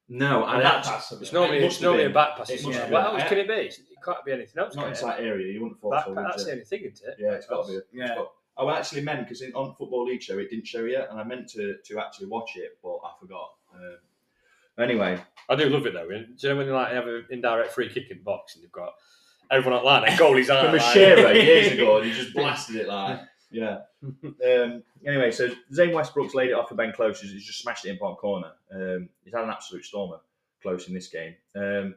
Speaker 1: no, I
Speaker 2: That
Speaker 1: actually-
Speaker 2: pass.
Speaker 3: It's normally,
Speaker 1: It must
Speaker 3: it's
Speaker 1: have
Speaker 3: normally a
Speaker 1: been.
Speaker 3: back pass.
Speaker 1: It
Speaker 3: It's
Speaker 1: must
Speaker 2: have
Speaker 3: what
Speaker 1: been.
Speaker 3: else can it be? It can't be anything else.
Speaker 1: it's not
Speaker 3: can it?
Speaker 1: inside area. You wouldn't thought
Speaker 3: Back
Speaker 1: so.
Speaker 3: pass,
Speaker 1: would
Speaker 3: that's
Speaker 1: you?
Speaker 3: the only thing, isn't it?
Speaker 1: Yeah, it's got to be.
Speaker 2: Yeah.
Speaker 1: Yeah. I well, actually meant because on Football League Show it didn't show yet, and I meant to, to actually watch it, but I forgot. Um, anyway,
Speaker 3: I do love it though. Do you know when they like have an indirect free kick in the box and they've got everyone online and goalies out?
Speaker 1: from a sharer years ago, and he just blasted it like, yeah. Um, anyway, so Zane Westbrook's laid it off for Ben Close. He's he's just smashed it in bottom corner. Um, he's had an absolute stormer, Close, in this game. Um,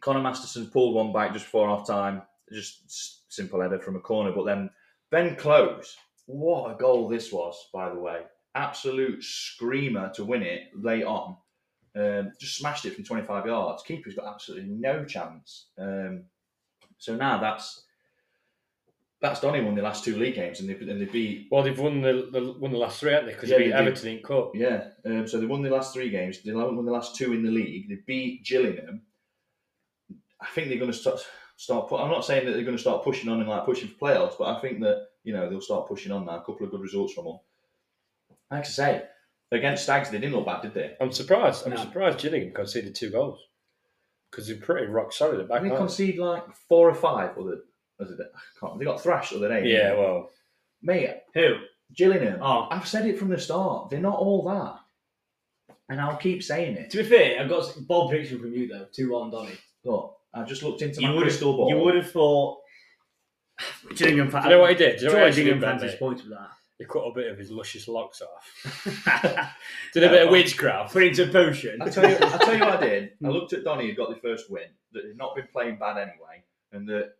Speaker 1: Connor Masterson's pulled one back just before half time. Just s- simple header from a corner. But then Ben Close, what a goal this was, by the way. Absolute screamer to win it late on. Um, just smashed it from 25 yards. Keeper's got absolutely no chance. Um, so now that's that's Donny won the last two league games, and they and they beat
Speaker 3: Well, they've won the, the won the last three, haven't they? Because
Speaker 1: Yeah,
Speaker 3: they beat
Speaker 1: they did.
Speaker 3: Everton in cup.
Speaker 1: yeah. Um, so they won the last three games. They haven't won the last two in the league. They beat Gillingham. I think they're going to start start. Pu- I'm not saying that they're going to start pushing on and like pushing for playoffs, but I think that you know they'll start pushing on now. A couple of good results from them. Like I say, against Stags, they didn't look bad, did they?
Speaker 3: I'm surprised. I'm
Speaker 2: No.
Speaker 3: surprised Gillingham conceded two goals because they're pretty rock solid at back.
Speaker 1: Did they
Speaker 3: aren't
Speaker 1: concede like four or five other other day? I can't. They got thrashed other
Speaker 3: they?
Speaker 1: day.
Speaker 3: Yeah, well,
Speaker 1: mate,
Speaker 2: Who?
Speaker 1: Gillingham.
Speaker 2: Oh,
Speaker 1: I've said it from the start. They're not all that, and I'll keep saying it.
Speaker 2: to be fair, I've got s- bold prediction from you though. Two one, Donny.
Speaker 1: Look, I just looked into
Speaker 2: You
Speaker 1: my
Speaker 2: would have
Speaker 1: crystal ball.
Speaker 2: You would have thought. Gillingham fan.
Speaker 3: do you know what he did? Do you know what he did,
Speaker 2: Gillingham
Speaker 3: Ben,
Speaker 2: fans
Speaker 3: mate?
Speaker 2: disappointed with that.
Speaker 3: He cut a bit of his luscious locks off. Did a bit of witchcraft.
Speaker 2: Put it into potion.
Speaker 1: I tell you, I tell you what I did. I looked at Donny who got the first win. That they've not been playing bad anyway, and that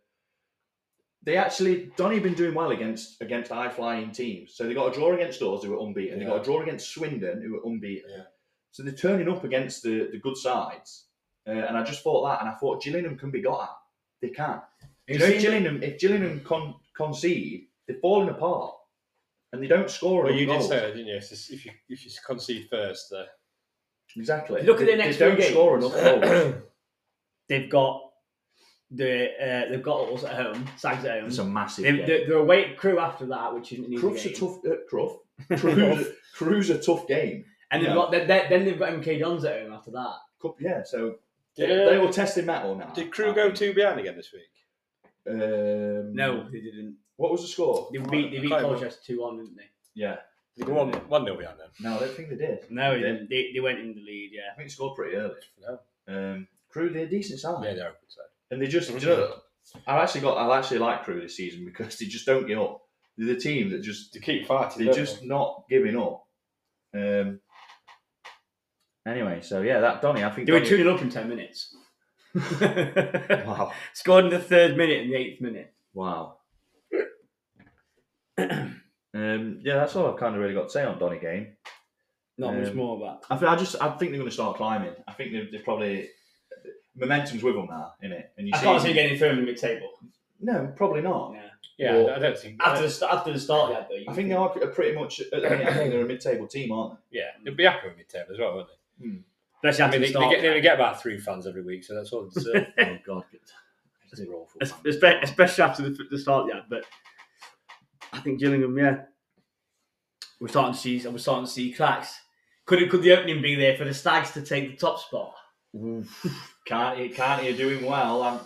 Speaker 1: they actually Donny had been doing well against against high flying teams. So they got a draw against us, who were unbeaten. They got a draw against Swindon, who were unbeaten.
Speaker 3: Yeah.
Speaker 1: So they're turning up against the the good sides, uh, and I just thought that, and I thought Gillingham can be got at. They can. You know, if Gillingham, if Gillingham con- concede, they're falling apart, and they don't score.
Speaker 3: Well,
Speaker 1: enough
Speaker 3: you did
Speaker 1: goals.
Speaker 3: say that, didn't you? It's just- If you if you concede first, uh,
Speaker 1: exactly.
Speaker 2: Look at
Speaker 1: They-
Speaker 2: their next
Speaker 1: They don't
Speaker 2: three
Speaker 1: score
Speaker 2: games.
Speaker 1: enough
Speaker 3: uh,
Speaker 1: goals.
Speaker 2: they've got the uh, they've got us at home. Sags at home.
Speaker 1: It's a massive.
Speaker 2: They,
Speaker 1: game.
Speaker 2: they're, they're away at Crew after that, which isn't an easy
Speaker 1: Cruf's
Speaker 2: game.
Speaker 1: a tough. Uh, Cruf. Crew's, Crew's a tough game.
Speaker 2: And they've
Speaker 1: Yeah.
Speaker 2: got, they they- then they've got MK Dons at home after that.
Speaker 1: Cup, yeah, so they,
Speaker 3: did, uh,
Speaker 1: they
Speaker 3: Um,
Speaker 1: will test their metal now.
Speaker 3: did crew go two behind again this week?
Speaker 1: Um,
Speaker 2: No, they didn't.
Speaker 1: What was the score?
Speaker 2: They beat they beat
Speaker 5: Quite well.
Speaker 2: Colchester two one, didn't they?
Speaker 1: Yeah.
Speaker 5: They go one one nil behind them.
Speaker 1: No, I don't think they did.
Speaker 2: No,
Speaker 1: they did.
Speaker 2: they, they went in the lead. Yeah,
Speaker 1: I think they scored pretty early.
Speaker 5: No.
Speaker 1: Um, Crew, they're a decent side.
Speaker 5: Yeah, they're open side.
Speaker 1: And they just, do you know, I actually got, I actually like Crew this season because they just don't give up. They're the team that just,
Speaker 5: They keep fighting.
Speaker 1: they're
Speaker 5: don't
Speaker 1: just not giving up. Um. Anyway, so yeah, that Donny, I think
Speaker 2: they were
Speaker 1: Donny-
Speaker 2: two 0 up in ten minutes.
Speaker 1: Wow,
Speaker 2: Scored in the third minute and the eighth minute.
Speaker 1: wow. um, yeah, that's all I've kind of really got to say on Donny game.
Speaker 2: Not much
Speaker 1: Um,
Speaker 2: more of that.
Speaker 1: I, think I just, I think they're going to start climbing. I think they're, they're probably momentum's with them now, isn't it? And you
Speaker 2: I can't see getting third in the mid-table.
Speaker 1: No, probably not.
Speaker 2: Yeah.
Speaker 3: Yeah,
Speaker 1: Well,
Speaker 3: I don't think.
Speaker 2: After the st- after the start they had though, you
Speaker 1: I think they are p- pretty much. I think they're a mid-table team, aren't they?
Speaker 3: yeah, they'll be happy with mid-table as well, won't they?
Speaker 2: especially
Speaker 3: I
Speaker 2: after
Speaker 3: mean,
Speaker 2: the
Speaker 3: they, they,
Speaker 2: start.
Speaker 3: get, they get about three fans every week, so that's all they deserve.
Speaker 1: Oh God, they're awful.
Speaker 2: Es- espe- especially after the, the start they had. But I think Gillingham, yeah, we're starting to see we're starting to see cracks. Could it could the opening be there for the Stags to take the top spot?
Speaker 1: Can't you? Can't you? Doing well. i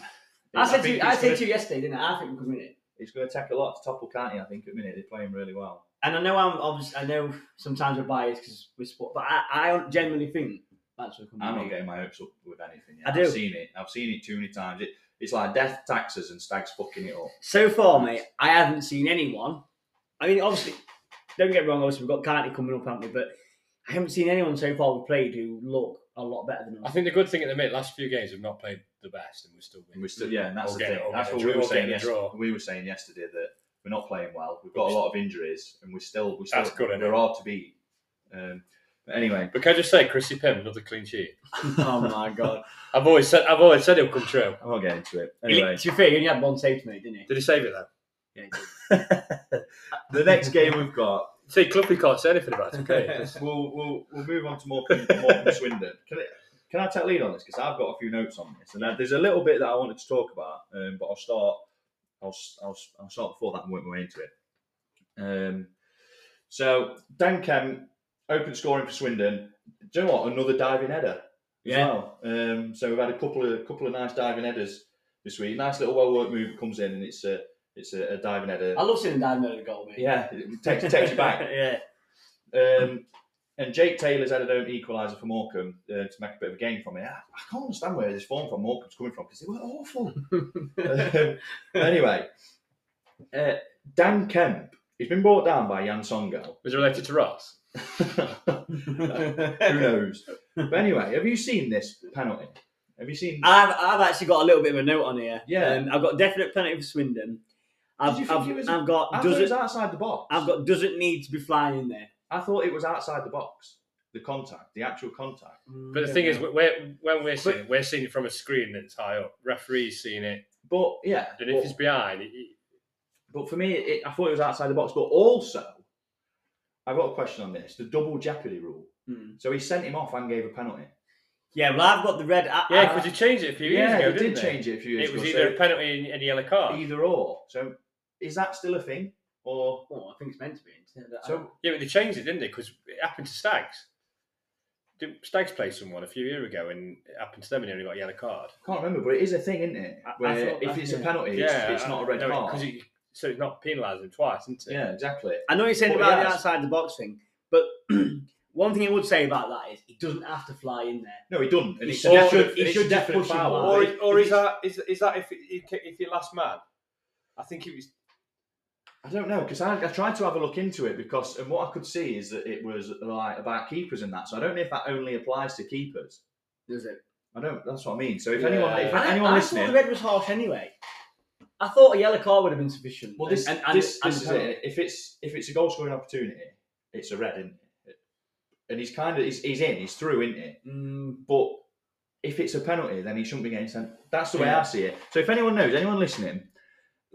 Speaker 2: I said to you,
Speaker 1: think
Speaker 2: I
Speaker 1: it's
Speaker 2: said
Speaker 1: gonna-
Speaker 2: to you yesterday, didn't I? I think we could win it.
Speaker 1: It's going to take a lot to topple Canty, I think, at the minute. They're playing really well.
Speaker 2: And I know I'm obviously I know sometimes we're biased because we're sport, but I, I genuinely think that's what
Speaker 1: I'm not getting my hopes up with anything. Yet.
Speaker 2: Mm. I do.
Speaker 1: have seen it. I've seen it too many times. It, it's like death taxes and stags fucking it up.
Speaker 2: So far, mate, I haven't seen anyone. I mean, obviously, don't get me wrong. Obviously, we've got Carty coming up, haven't we? But I haven't seen anyone so far we've played who look a lot better than
Speaker 3: I
Speaker 2: us.
Speaker 3: think the good thing at the minute, last few games, we've not played the best and we're still
Speaker 1: And
Speaker 3: winning.
Speaker 1: we still, yeah, and that's
Speaker 3: Or
Speaker 1: the
Speaker 3: get-
Speaker 1: thing.
Speaker 3: or
Speaker 1: That's
Speaker 3: get a
Speaker 1: what
Speaker 3: draw-
Speaker 1: we were
Speaker 3: or get
Speaker 1: saying.
Speaker 3: a
Speaker 1: Yes,
Speaker 3: draw.
Speaker 1: we were saying yesterday that we're not playing well. We've got a lot of injuries, and we're still we're still
Speaker 3: That's good, isn't
Speaker 1: we're
Speaker 3: it?
Speaker 1: hard to beat. Um, but anyway,
Speaker 3: But can I just say, Chrissy Pym, another clean sheet.
Speaker 2: oh my god!
Speaker 3: I've always said, I've always said it'll come true.
Speaker 1: I won't get into it.
Speaker 2: He-
Speaker 1: Anyway,
Speaker 2: to be fair, you only had one save to make, didn't you?
Speaker 3: Did he save it though?
Speaker 2: Yeah, he did.
Speaker 1: the next game we've got,
Speaker 3: See, Cluffy can't say anything about it. Okay,
Speaker 1: we'll we'll, we'll move on to more Morecambe Swindon. Can I, can I take lead on this because I've got a few notes on this, and I, there's a little bit that I wanted to talk about, um, but I'll start. I'll, s- I'll s- I'll start before that and work my way into it. Um, so Dan Kemp, open scoring for Swindon. Do you know what? Another diving header. as
Speaker 2: Yeah.
Speaker 1: well. Um, so we've had a couple of couple of nice diving headers this week. Nice little well worked move comes in, and it's a it's a, a diving header.
Speaker 2: I love seeing Dan Miller goal, mate.
Speaker 1: Yeah, it takes, takes you back.
Speaker 2: yeah,
Speaker 1: Um, and Jake Taylor's had an equaliser for Morecambe uh, to make a bit of a game from it. I, I can't understand where this form from Morecambe's coming from because they were awful. Um, anyway, uh, Dan Kemp, he's been brought down by Jan Songo.
Speaker 3: was it related to Ross?
Speaker 1: Who knows? But anyway, have you seen this penalty? Have you seen?
Speaker 2: I've I've actually got a little bit of a note on here.
Speaker 1: Yeah.
Speaker 2: um, I've got definite penalty for Swindon. I've,
Speaker 1: you think
Speaker 2: I've,
Speaker 1: it was-
Speaker 2: I've got
Speaker 1: I thought it was
Speaker 2: doesn't
Speaker 1: outside the box.
Speaker 2: I've got doesn't need to be flying in there.
Speaker 1: I thought it was outside the box. The contact, the actual contact.
Speaker 3: But the thing is, we're, when we're seeing it, we're seeing it from a screen that's high up. Referee's seeing it,
Speaker 1: But yeah,
Speaker 3: and if
Speaker 1: but-
Speaker 3: it's behind, it, it-
Speaker 1: But for me, it, I thought it was outside the box. But also, I've got a question on this: the double jeopardy rule.
Speaker 2: Hmm.
Speaker 1: So he sent him off and gave a penalty.
Speaker 2: yeah, well, I've got the red. I,
Speaker 3: yeah,
Speaker 2: I-
Speaker 3: because he changed it a few
Speaker 1: yeah,
Speaker 3: years ago.
Speaker 1: he
Speaker 3: didn't
Speaker 1: did change it a few years
Speaker 3: It was
Speaker 1: ago,
Speaker 3: either
Speaker 1: so
Speaker 3: a penalty and, and a yellow card.
Speaker 1: either or. So is that still a thing? Or
Speaker 2: Oh, I think it's meant to be. isn't it?
Speaker 1: so?
Speaker 3: Yeah, but they changed it, didn't they? Because it happened to Stags. Did Stags play someone a few years ago, and it happened to them, and he only got a yellow card.
Speaker 1: I can't remember, but it is a thing, isn't it?
Speaker 2: I- I
Speaker 1: Where
Speaker 2: thought-
Speaker 1: if it's a
Speaker 2: yeah.
Speaker 1: penalty,
Speaker 3: yeah,
Speaker 1: it's, it's not a red
Speaker 3: Because
Speaker 1: card.
Speaker 3: so it's not penalising twice, isn't it?
Speaker 1: Yeah, exactly.
Speaker 2: I know you're saying
Speaker 1: Well,
Speaker 2: about
Speaker 1: yeah.
Speaker 2: the outside the box thing, but one thing I would say about that is he doesn't have to fly in there.
Speaker 1: No, he done. And
Speaker 2: He
Speaker 1: it's
Speaker 2: should-
Speaker 1: a definite-
Speaker 2: he
Speaker 1: it's a
Speaker 2: should just
Speaker 1: definite
Speaker 2: push him
Speaker 1: foul.
Speaker 2: back.
Speaker 5: Or,
Speaker 2: If
Speaker 5: or is
Speaker 2: it's-
Speaker 5: that is, is that if he- if your last man? I think it was.
Speaker 1: I don't know because I, I tried to have a look into it because and what I could see is that it was like about keepers and that. So I don't know if that only applies to keepers.
Speaker 2: Does it?
Speaker 1: I don't. That's what I mean. So if
Speaker 3: Yeah.
Speaker 1: anyone, if
Speaker 2: I,
Speaker 1: anyone
Speaker 2: I thought the
Speaker 1: listening,
Speaker 2: red was harsh anyway. I thought a yellow card would have been sufficient.
Speaker 1: well, this,
Speaker 2: And- and-
Speaker 1: this,
Speaker 2: and-
Speaker 1: this is it. If it's if it's a goal scoring opportunity, it's a red, isn't it? And he's kind of he's, he's in, he's through, isn't it?
Speaker 2: Mm,
Speaker 1: But if it's a penalty, then he shouldn't be getting sent. That's the way
Speaker 2: Yeah.
Speaker 1: I see it. So if anyone knows, anyone listening,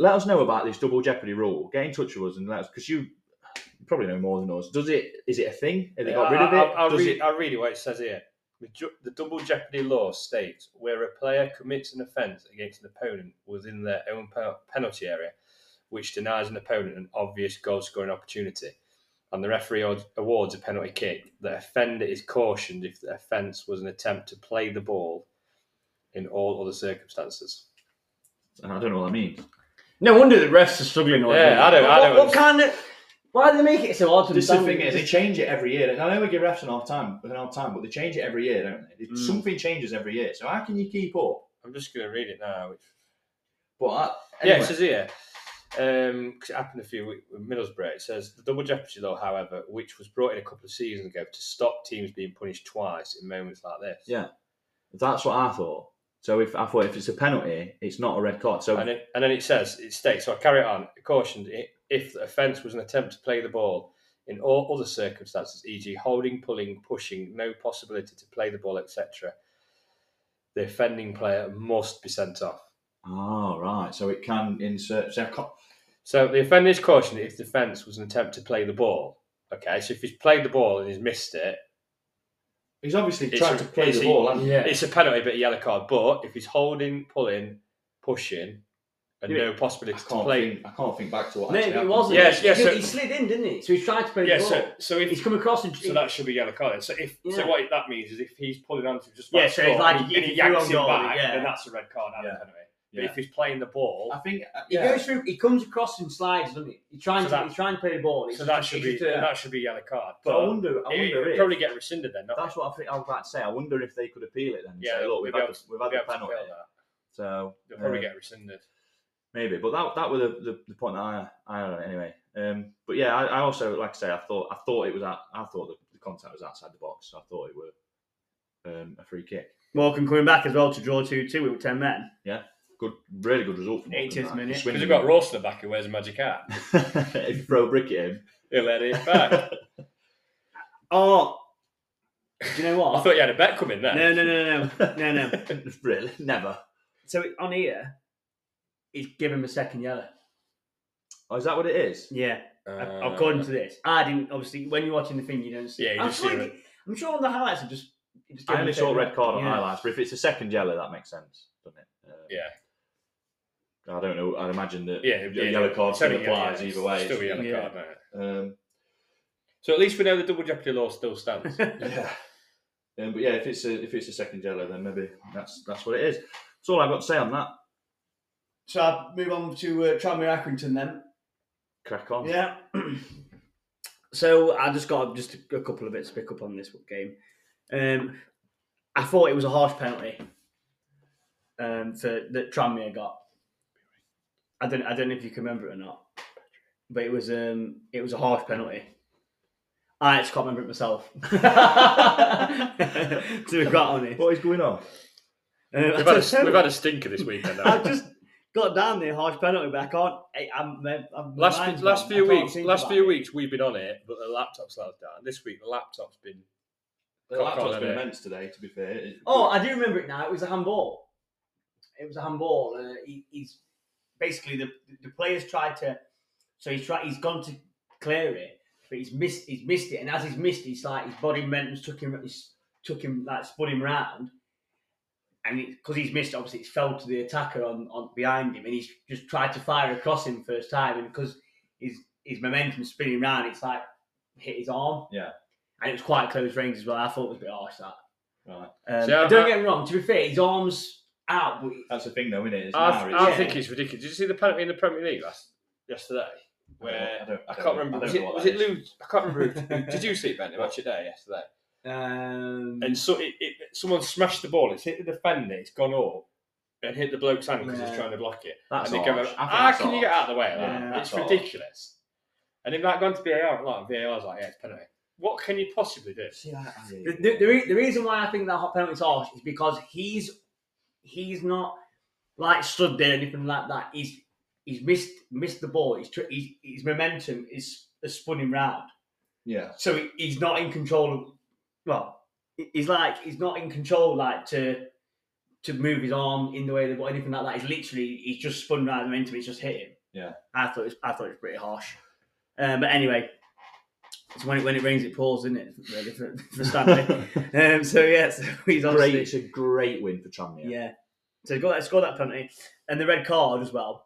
Speaker 1: let us know about this double jeopardy rule. Get in touch with us and let us because you. you Probably know more than us. Does it? Is it a thing? Have they got rid of it?
Speaker 3: I, I, I'll
Speaker 1: Does
Speaker 3: read,
Speaker 1: it?
Speaker 3: I'll read it what it says here. The, ju- the double jeopardy law states where a player commits an offence against an opponent within their own pe- penalty area, which denies an opponent an obvious goal scoring opportunity, and the referee od- awards a penalty kick, the offender is cautioned if the offence was an attempt to play the ball in all other circumstances.
Speaker 1: I don't know what that means.
Speaker 2: No wonder the refs are struggling. already.
Speaker 3: Yeah, I don't- I
Speaker 2: What-
Speaker 3: don't
Speaker 2: What, kind of? Why do they make it so hard to
Speaker 1: This is the
Speaker 2: understand?
Speaker 1: thing is they change it every year. And I know we give refs an half time, an half time, but they change it every year, don't they? It-
Speaker 3: Mm.
Speaker 1: Something changes every year. So how can you keep up?
Speaker 3: I'm just going to read it now. Which,
Speaker 1: But I,
Speaker 3: Yeah, it
Speaker 1: anyway,
Speaker 3: says here. Um, 'cause it happened a few weeks with Middlesbrough. It says the double jeopardy law, however, which was brought in a couple of seasons ago to stop teams being punished twice in moments like this.
Speaker 1: Yeah. that's what I thought. So if I thought if it's a penalty, it's not a red card. So
Speaker 3: And, it, and then it says, it states, so I carry it on, cautioned i- if the offence was an attempt to play the ball in all other circumstances, e.g., holding, pulling, pushing, no possibility to play the ball, etc., the offending player must be sent off.
Speaker 1: oh right, so it can insert. So I can't-
Speaker 3: So the offender is cautioned if the offence was an attempt to play the ball. Okay, so if he's played the ball and he's missed it,
Speaker 1: he's obviously
Speaker 3: It's
Speaker 1: trying
Speaker 3: a-
Speaker 1: to play
Speaker 3: it's
Speaker 1: the
Speaker 3: a-
Speaker 1: ball. hasn't he?
Speaker 2: Yeah.
Speaker 3: it's a penalty but a yellow card. But if he's holding, pulling, pushing, and
Speaker 2: Yeah,
Speaker 3: no possibility
Speaker 1: I
Speaker 3: to
Speaker 1: can't
Speaker 3: play,
Speaker 1: think. I can't think back to what.
Speaker 2: No,
Speaker 1: actually
Speaker 2: it
Speaker 1: happened.
Speaker 2: wasn't.
Speaker 3: Yes, yes,
Speaker 2: He,
Speaker 3: so-
Speaker 2: he slid in, didn't he? So he's trying to play
Speaker 3: yeah.
Speaker 2: the ball.
Speaker 3: So, so if
Speaker 2: he's come across and
Speaker 3: So that should be yellow card. So if
Speaker 2: Yeah.
Speaker 3: so, what that means is if he's pulling on to just
Speaker 2: Yeah,
Speaker 3: about
Speaker 2: so it's
Speaker 3: score
Speaker 2: like
Speaker 3: and
Speaker 2: he-
Speaker 3: he, and
Speaker 2: he
Speaker 3: he
Speaker 2: threw
Speaker 3: yanks
Speaker 2: on
Speaker 3: him
Speaker 2: goal,
Speaker 3: back,
Speaker 2: yeah.
Speaker 3: then that's a red card. and
Speaker 1: Yeah.
Speaker 3: a penalty. But
Speaker 1: Yeah.
Speaker 3: if he's playing the ball,
Speaker 1: I think. uh,
Speaker 2: he
Speaker 1: yeah.
Speaker 2: goes through. He comes across and slides, doesn't he? He's trying
Speaker 3: So
Speaker 2: to.
Speaker 3: that-
Speaker 2: he's trying to play the ball. It's
Speaker 3: so
Speaker 2: just-
Speaker 3: that should be
Speaker 2: it's just a-
Speaker 3: that should be yellow card.
Speaker 1: But
Speaker 3: But
Speaker 1: I wonder. I
Speaker 3: it-
Speaker 1: wonder
Speaker 3: it'd
Speaker 1: if
Speaker 3: probably get rescinded then. Not
Speaker 1: that's what I think. I was about to say. I wonder if they could appeal it then. and
Speaker 3: Yeah,
Speaker 1: say, look, we've
Speaker 3: they'll
Speaker 1: had
Speaker 3: be
Speaker 1: the, we've had
Speaker 3: be
Speaker 1: the
Speaker 3: able to
Speaker 1: penalty.
Speaker 3: appeal that.
Speaker 1: So
Speaker 3: They'll probably
Speaker 1: uh,
Speaker 3: get rescinded.
Speaker 1: Maybe, but that that was the, the, the point that I I had on it anyway. Um, but yeah, I, I also like I say I thought I thought it was out, I thought the, the contact was outside the box. I thought it were um, a free kick.
Speaker 2: Morecambe coming back as well to draw 2 2 with 10 men.
Speaker 1: Good, really good result from
Speaker 2: 80th minute.
Speaker 3: Because we've got Rawson back who wears a magic hat.
Speaker 1: if you throw a brick at him,
Speaker 3: He'll let it back.
Speaker 2: Oh, do you know
Speaker 3: I
Speaker 2: what?
Speaker 3: thought you had a bet coming there.
Speaker 2: no, no, no, no, no, no.
Speaker 1: really never.
Speaker 2: So it- on here, he's given him a second yellow.
Speaker 1: Oh, is that what it is?
Speaker 2: Yeah,
Speaker 3: Uh,
Speaker 2: according to this, I didn't. Obviously, when you're watching the thing, you don't see.
Speaker 3: Yeah,
Speaker 2: it.
Speaker 3: you
Speaker 2: I'm
Speaker 3: just
Speaker 2: sure
Speaker 3: see
Speaker 2: he-
Speaker 3: it.
Speaker 2: I'm sure on the highlights, it just. it just
Speaker 1: I
Speaker 2: gave him
Speaker 1: only
Speaker 2: a
Speaker 1: saw
Speaker 2: second
Speaker 1: red card on
Speaker 2: Yeah.
Speaker 1: highlights, but if it's a second yellow, that makes sense, doesn't it? Uh,
Speaker 3: Yeah.
Speaker 1: I don't know. I'd imagine that
Speaker 3: yeah,
Speaker 1: a yellow card
Speaker 3: it's only
Speaker 1: still applies
Speaker 3: yellow, it's
Speaker 1: either way.
Speaker 3: Still a yellow
Speaker 2: Yeah.
Speaker 3: card. mate.
Speaker 1: Um,
Speaker 3: So at least we know the double jeopardy law still stands.
Speaker 1: yeah. Um, but yeah, if it's a if it's a second yellow, then maybe that's that's what it is. That's all I've got to say on that.
Speaker 2: So I move on to uh, Tranmere Accrington then.
Speaker 1: Crack on.
Speaker 2: Yeah. so I just got just a couple of bits to pick up on this game. Um, I thought it was a harsh penalty um, for that Tranmere got. I don't I don't know if you can remember it or not, but it was um, it was a harsh penalty. I just can't remember it myself. to be quite honest,
Speaker 1: What is going on?
Speaker 2: Um,
Speaker 3: We've had, a, we've had a stinker this weekend. haven't
Speaker 2: I've
Speaker 3: we?
Speaker 2: just got down there harsh penalty, but I can't. I, I'm, I'm
Speaker 3: last
Speaker 2: my mind's
Speaker 3: few, last
Speaker 2: gone.
Speaker 3: few
Speaker 2: I can't
Speaker 3: weeks,
Speaker 2: think
Speaker 3: last
Speaker 2: about
Speaker 3: few
Speaker 2: it.
Speaker 3: weeks we've been on it, but the laptop's let us down. This week the laptop's been
Speaker 1: The
Speaker 3: Crack
Speaker 1: laptop's
Speaker 3: on,
Speaker 1: been
Speaker 3: innit?
Speaker 1: immense today. To be fair. It-
Speaker 2: Oh, I do remember it now. It was a handball. It was a handball. Uh, he, he's basically the the players tried to, so he's tried. He's gone to clear it, but he's missed. He's missed it, and as he's missed, he's like his body momentum's took him. He's took him like spun him round, and because he's missed, obviously it's fell to the attacker on, on behind him, and he's just tried to fire across him first time, and because his his momentum's spinning round, it's like hit his arm.
Speaker 1: Yeah.
Speaker 2: and it was quite close range as well. I thought it was a bit harsh that.
Speaker 1: Right.
Speaker 2: Um,
Speaker 3: See, I-
Speaker 2: don't
Speaker 3: I-
Speaker 2: get me wrong. To be fair, his arms out. But
Speaker 1: that's the thing, though, isn't it? It's
Speaker 3: I,
Speaker 1: now,
Speaker 3: th-
Speaker 1: it's-
Speaker 3: I
Speaker 2: yeah.
Speaker 3: think it's ridiculous. Did you see the penalty in the Premier League last yesterday? Where
Speaker 1: I, don't,
Speaker 3: I,
Speaker 1: don't
Speaker 3: can't
Speaker 1: know-
Speaker 3: remember.
Speaker 1: I
Speaker 3: Was
Speaker 1: don't
Speaker 3: it,
Speaker 1: know what
Speaker 3: was
Speaker 1: that
Speaker 3: it
Speaker 1: is.
Speaker 3: Lou? I can't remember. who- who- did you see it, Ben? The match of the day yesterday.
Speaker 2: um,
Speaker 3: And so it, it, someone smashed the ball. It's hit the defender. It's gone up and hit the bloke's hand because
Speaker 2: Yeah.
Speaker 3: he's trying to block it.
Speaker 1: That's
Speaker 3: and they
Speaker 1: harsh.
Speaker 3: go,
Speaker 1: I think
Speaker 3: "Ah,
Speaker 1: that's
Speaker 3: can you
Speaker 1: harsh.
Speaker 3: get out of the way?" Like,
Speaker 2: Yeah,
Speaker 3: that? it's
Speaker 1: that's harsh.
Speaker 3: ridiculous. And if that gone to VAR, like VAR's like, "Yeah, it's penalty." What can you possibly do?
Speaker 1: See, I- I-
Speaker 2: the, the, the, re- the reason why I think that hot penalty's harsh is because he's he's not like stood there or anything like that. He's he's missed missed the ball. He's, tr- he's his momentum is, is spun him round.
Speaker 1: yeah.
Speaker 2: so he- he's not in control of well he- he's like he's not in control like to to move his arm in the way that or anything like that he's literally he's just spun round the momentum it's just hit him
Speaker 1: Yeah.
Speaker 2: i thought it was, i thought it was pretty harsh um, but anyway it's when it when it rains it pours isn't it really for, for Stanley um, so yeah so he's
Speaker 1: Great,
Speaker 2: obviously
Speaker 1: it's a great win for Tranmere.
Speaker 2: yeah. So go that score that penalty and the red card as well.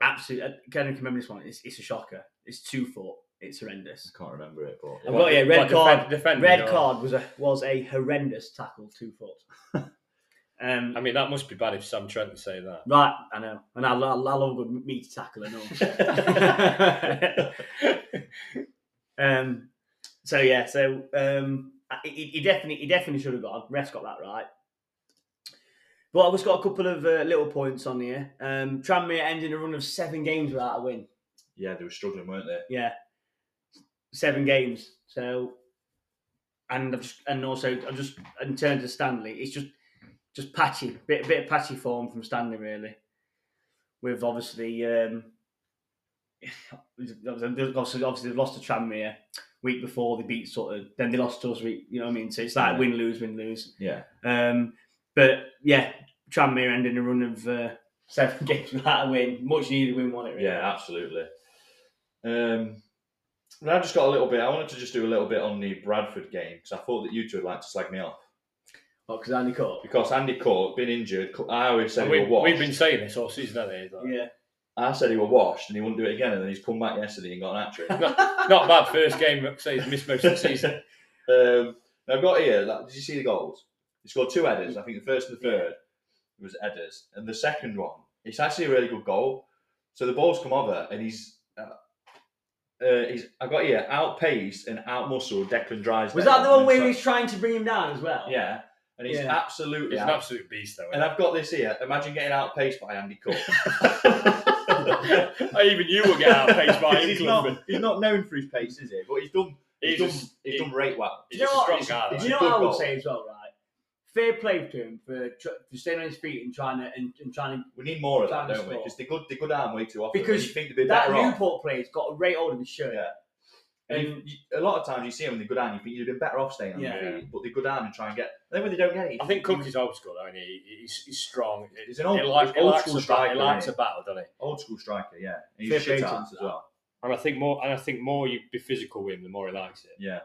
Speaker 2: Absolutely, I can't even remember this one. It's, it's a shocker. It's two foot. It's horrendous.
Speaker 1: I can't remember it, but
Speaker 2: I've got yeah, red
Speaker 3: What,
Speaker 2: card.
Speaker 3: defend- defending
Speaker 2: Red
Speaker 3: or-
Speaker 2: card was a was a horrendous tackle two foot. Um,
Speaker 3: I mean, that must be bad if Sam Trent say that.
Speaker 2: right, I know, and I, lo- I love a good meat tackle and all. um, so yeah, so um, I- he, he definitely he definitely should have gone. Refs got that right. But I've just got a couple of uh, little points on here. Um, Tranmere ending a run of seven games without a win.
Speaker 1: Yeah, they were struggling, weren't they?
Speaker 2: Yeah, seven games. So, and I've just, and also I'm just in terms of Stanley, it's just just patchy, bit bit of patchy form from Stanley really. With obviously, um, obviously, obviously they've lost to Tranmere week before they beat Sutton, then they lost to us week. You know what I mean? So it's like
Speaker 1: Yeah.
Speaker 2: win lose win lose.
Speaker 1: Yeah.
Speaker 2: Um, but yeah, Tranmere ending a run of uh, seven games without a win, much needed win, wasn't it? Really?
Speaker 1: Yeah, absolutely. Um, and I just got a little bit. I wanted to just do a little bit on the Bradford game because I thought that you two would like to slag me off
Speaker 2: because Andy Cook.
Speaker 1: because Andy Court been injured. Co- I always said
Speaker 3: And
Speaker 1: he
Speaker 3: We,
Speaker 1: were washed.
Speaker 3: we've been saying this all season, haven't we? Like,
Speaker 2: Yeah.
Speaker 1: I said he were washed and he wouldn't do it again, and then he's come back yesterday and got an hat trick.
Speaker 3: Not bad first game, but say he's missed most of the season.
Speaker 1: Um, now I've got here. Like, did you see the goals? He scored two headers. I think the first and the third was headers, and the second one. It's actually a really good goal. So the ball's come over, and he's. Uh, uh, he's, I got here outpaced and outmuscled Declan Drysdale.
Speaker 2: Was that the one
Speaker 1: And
Speaker 2: where
Speaker 1: so-
Speaker 2: he's trying to bring him down as well?
Speaker 1: Yeah, and he's
Speaker 2: Yeah.
Speaker 1: absolutely.
Speaker 3: He's an
Speaker 1: out-
Speaker 3: absolute beast, though.
Speaker 1: and
Speaker 3: isn't
Speaker 1: I've got this here. Imagine getting outpaced by Andy Cook.
Speaker 3: he? Even you will get outpaced by him.
Speaker 1: he's not. He's not known for his pace, is he? But he's done. He's,
Speaker 3: He's
Speaker 1: done.
Speaker 3: just-
Speaker 1: he's
Speaker 3: he-
Speaker 1: done rate well.
Speaker 3: He's
Speaker 2: Do you
Speaker 3: just
Speaker 2: know
Speaker 3: a strong
Speaker 2: what?
Speaker 3: guy.
Speaker 1: It's
Speaker 2: Do
Speaker 3: Like.
Speaker 2: you
Speaker 1: a
Speaker 2: know what
Speaker 1: good
Speaker 2: I would
Speaker 1: goal.
Speaker 2: say as well, right? Fair play to him for, tr- for staying on his feet and trying to and, and trying to.
Speaker 1: We need more of that,
Speaker 2: Trying to
Speaker 1: don't we?
Speaker 2: score.
Speaker 1: Because they go they go down way too often.
Speaker 2: Because
Speaker 1: you think they'd be
Speaker 2: That
Speaker 1: better off.
Speaker 2: Newport player's got a great hold of his shirt.
Speaker 1: Yeah. And you,
Speaker 2: And
Speaker 1: you, a lot of times you see them when they go down, you think you'd have been better off staying on
Speaker 2: Yeah.
Speaker 1: your feet, but they go down and try and get. Then when they don't get it, you
Speaker 3: I think Cook is old school, though, isn't he? He- He's, he's strong.
Speaker 1: He's an old-
Speaker 3: he likes,
Speaker 1: he's
Speaker 3: he
Speaker 1: old
Speaker 3: likes
Speaker 1: school
Speaker 3: a battle.
Speaker 1: striker,
Speaker 3: He likes a
Speaker 1: isn't
Speaker 3: battle, doesn't he?
Speaker 1: old school striker, yeah. And
Speaker 2: Fair
Speaker 1: he's shit
Speaker 2: play to
Speaker 1: at as
Speaker 2: him.
Speaker 1: well.
Speaker 3: And I think more. And I think more you be physical with him, the more he likes it.
Speaker 1: Yeah.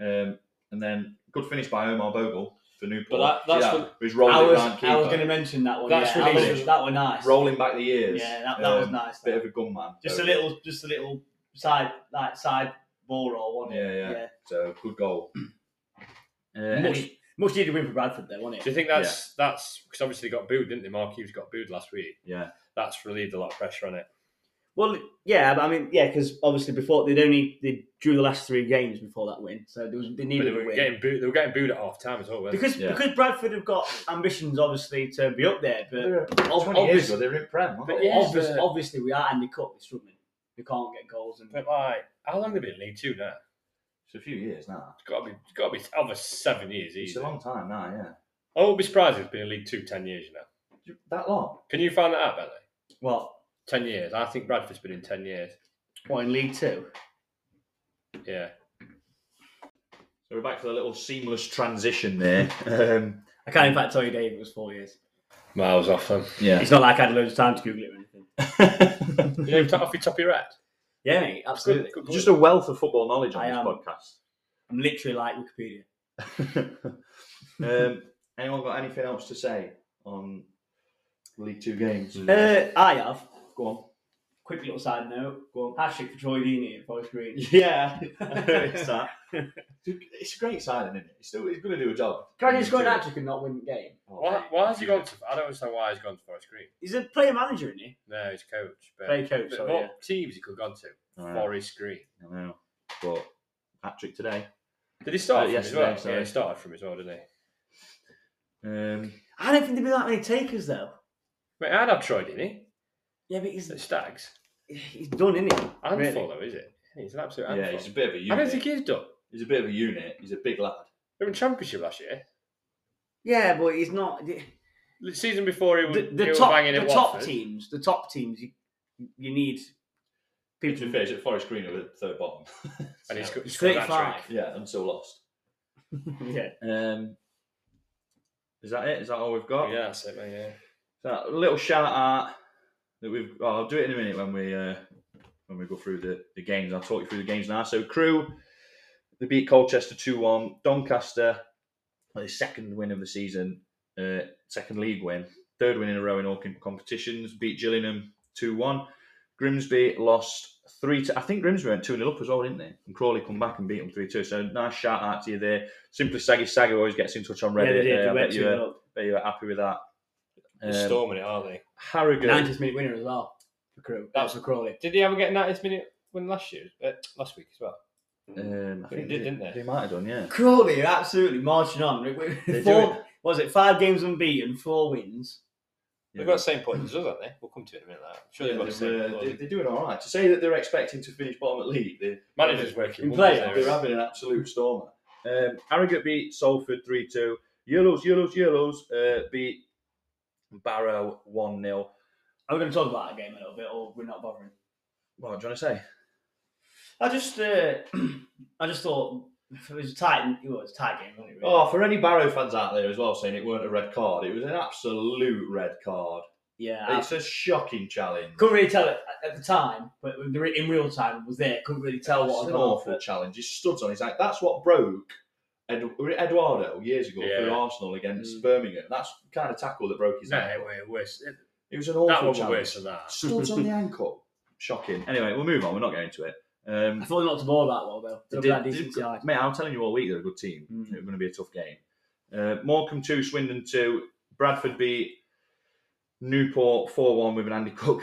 Speaker 1: Um, and then good finish by Omar Bogle for Newport.
Speaker 3: But that- that's
Speaker 1: yeah,
Speaker 3: what-
Speaker 1: who's
Speaker 2: I
Speaker 1: rolling
Speaker 2: was
Speaker 1: around
Speaker 2: I was
Speaker 1: keeper.
Speaker 2: going to mention that one.
Speaker 3: That's
Speaker 2: yeah,
Speaker 3: what
Speaker 2: that
Speaker 1: he
Speaker 2: was,
Speaker 3: did.
Speaker 2: that was nice.
Speaker 1: rolling back the ears.
Speaker 2: Yeah, that, that was
Speaker 1: Um,
Speaker 2: nice.
Speaker 1: Bit of a gunman.
Speaker 2: just a
Speaker 1: Bogle.
Speaker 2: little, just a little side like side ball roll, wasn't it?
Speaker 1: Yeah, yeah. So good goal. Uh,
Speaker 2: Much, much needed win for Bradford, though, wasn't
Speaker 3: Do
Speaker 2: it?
Speaker 3: you think that's that's because obviously he got booed, didn't they? Mark Hughes got booed last week.
Speaker 1: Yeah.
Speaker 3: That's relieved a lot of pressure on it.
Speaker 2: Well, yeah, but I mean, yeah, because obviously before they'd only they drew the last three games before that win, so there was they
Speaker 3: But
Speaker 2: needed
Speaker 3: they
Speaker 2: a
Speaker 3: were
Speaker 2: win.
Speaker 3: getting booed. They were getting booed at half time as well. Weren't they?
Speaker 2: Because
Speaker 1: Yeah.
Speaker 2: because Bradford have got ambitions, obviously, to be up there, but
Speaker 1: They're- 20 years ago, they were in Prem. weren't
Speaker 3: But
Speaker 1: they?
Speaker 3: yeah,
Speaker 2: obvious,
Speaker 3: but-
Speaker 2: obviously we are Andy Cup, we're struggling. We can't get goals, and
Speaker 3: But like, how long have they been in League Two now?
Speaker 1: It's a few years now.
Speaker 3: It's got to be, it's got to be over seven years.
Speaker 1: It's
Speaker 3: Easy.
Speaker 1: a long time now, yeah.
Speaker 3: I won't be surprised if it's been in League Two ten years. You know,
Speaker 1: That long?
Speaker 3: can you find that out, Bentley?
Speaker 2: what?
Speaker 3: Ten years. I think Bradford's been in ten years.
Speaker 2: What in League Two?
Speaker 3: Yeah.
Speaker 1: So we're back for the little seamless transition there. um,
Speaker 2: I can't, in fact, tell you, Dave, it was four years.
Speaker 3: Miles off them.
Speaker 1: yeah.
Speaker 2: It's not like I had loads of time to Google it or anything.
Speaker 3: You know, top off your top of your head.
Speaker 2: Yeah, mate, absolutely.
Speaker 3: Good- good
Speaker 1: Just a
Speaker 3: point.
Speaker 1: wealth of football knowledge on
Speaker 2: I
Speaker 1: this
Speaker 2: am.
Speaker 1: podcast.
Speaker 2: I'm literally like Wikipedia.
Speaker 1: um, anyone got anything else to say on League Two games?
Speaker 2: Uh, I have.
Speaker 1: Go on.
Speaker 2: Quick little side note. Go on. Patrick for Troy Deeney at Forest Green.
Speaker 1: Yeah, it's that. It's a great signing, isn't it? It's, still, it's going to do a job.
Speaker 2: Can he score an
Speaker 1: Do it.
Speaker 2: hat trick and not win the game?
Speaker 1: Oh,
Speaker 3: why,
Speaker 1: mate,
Speaker 3: why has he
Speaker 1: you-
Speaker 3: gone to? I don't understand why he's gone to Forest Green.
Speaker 2: He's a player manager, isn't he?
Speaker 3: No, he's coach. But,
Speaker 2: Player coach,
Speaker 3: but
Speaker 2: sorry,
Speaker 3: what
Speaker 2: yeah.
Speaker 3: teams he could have gone to?
Speaker 1: I know,
Speaker 3: Forest Green.
Speaker 1: I know. But Patrick today.
Speaker 3: Did he start
Speaker 1: Uh,
Speaker 3: from as
Speaker 1: yesterday,
Speaker 3: well?
Speaker 1: sorry.
Speaker 3: Yeah, he started from as well, didn't he?
Speaker 1: Um,
Speaker 2: I don't think there'd be that many takers, though.
Speaker 3: Wait, I'd have Troy, didn't he?
Speaker 2: Yeah, but he's,
Speaker 3: The eh? Stags.
Speaker 2: he's done, isn't he?
Speaker 3: Handful, though, is it? He's an absolute handful.
Speaker 1: yeah, he's a bit of a
Speaker 3: I
Speaker 1: unit.
Speaker 3: don't think he's done.
Speaker 1: He's a bit of a unit. He's a big lad.
Speaker 3: They were in Championship last year.
Speaker 2: Yeah, but he's not. The,
Speaker 3: The season before, he was,
Speaker 2: the, the
Speaker 3: he was
Speaker 2: top,
Speaker 3: banging
Speaker 2: the
Speaker 3: at
Speaker 2: top
Speaker 3: Watford.
Speaker 2: teams, the top teams, you, you need people
Speaker 1: To be fair, he's at Forest Green at third bottom.
Speaker 3: And he's got, he's got that trick.
Speaker 2: 35.
Speaker 1: yeah, I'm still lost.
Speaker 2: yeah.
Speaker 1: Um, is that it? Is that all we've got?
Speaker 3: Yeah, that's it, mate, yeah.
Speaker 1: So that little shout out that we've. Well, I'll do it in a minute when we uh, when we go through the the games. I'll talk you through the games now. So Crew, they beat Colchester two one. Doncaster, their second win of the season, uh, second league win, third win in a row in all com- competitions. Beat Gillingham two one. Grimsby lost three. To, I think Grimsby went two 0 up as well, didn't they? And Crawley come back and beat them three two. So nice shout out to you there. Simply Saggy Saggy always gets in touch on
Speaker 2: Yeah, they
Speaker 1: Reddit.
Speaker 2: did.
Speaker 1: uh,
Speaker 2: They
Speaker 1: I
Speaker 2: went
Speaker 1: bet you,
Speaker 2: two
Speaker 1: were,
Speaker 2: up.
Speaker 1: bet you were happy with that.
Speaker 6: They're
Speaker 1: Um,
Speaker 6: storming it, aren't they?
Speaker 1: Harrogate.
Speaker 2: 90th minute winner as well for Crew. That was for Crawley.
Speaker 3: Did he ever get 90th minute win last year? Uh, last week as well.
Speaker 1: Um, I
Speaker 3: They
Speaker 1: think
Speaker 3: did,
Speaker 1: they-
Speaker 3: didn't they?
Speaker 1: They might have done, yeah.
Speaker 2: Crawley are absolutely marching on. We- we-
Speaker 1: They're doing
Speaker 2: Four, was it five games unbeaten, four wins?
Speaker 3: They've got the same point as us, haven't they? We'll come to it in a minute. Like. I'm sure
Speaker 1: Yeah,
Speaker 3: they've got the same
Speaker 1: they're, uh,
Speaker 3: point.
Speaker 1: they- they're doing all right. To say that they're expecting to finish bottom at league, they,
Speaker 3: Manager's working.
Speaker 2: In
Speaker 3: wonders
Speaker 2: play,
Speaker 3: there,
Speaker 1: they're
Speaker 3: isn't
Speaker 1: having an absolute stormer. Um, Harrogate beat Salford 3 2. Euros, Euros, Euros uh, beat Barrow 1 0.
Speaker 2: Are we going to talk about that game a little bit, or we're not bothering?
Speaker 1: What do you want to say?
Speaker 2: I just, uh, I just thought if it was a tight. It was a tight game, wasn't it? Really?
Speaker 1: Oh, for any Barrow fans out there as well saying it weren't a red card, it was an absolute red card.
Speaker 2: yeah. I
Speaker 1: It's a shocking challenge.
Speaker 2: couldn't really tell it at- at the time, but in re- in real time, it was there. Couldn't really tell
Speaker 1: It's
Speaker 2: what
Speaker 1: an
Speaker 2: had gone
Speaker 1: awful challenge. He stood on his act. That's what broke Ed, was it Eduardo years ago
Speaker 3: Yeah.
Speaker 1: for Arsenal against Birmingham. That's the kind of tackle that broke his
Speaker 3: No,
Speaker 1: ankle.
Speaker 3: it were worse. It-
Speaker 1: It was an
Speaker 3: That
Speaker 1: awful
Speaker 3: one was worse
Speaker 1: challenge.
Speaker 3: than that.
Speaker 1: Studs on the ankle. Shocking. Anyway, we'll move on. We're not going to it.
Speaker 2: I
Speaker 1: Um,
Speaker 2: thought they knocked the ball that well, though. They
Speaker 1: they
Speaker 2: were that
Speaker 1: did-
Speaker 2: decent
Speaker 1: they-
Speaker 2: side.
Speaker 1: mate, I'm telling you all week they're a good team.
Speaker 2: Mm.
Speaker 1: It's going to be a tough game. Uh, Morecambe 2, Swindon 2. Bradford beat Newport 4 1 with an Andy Cook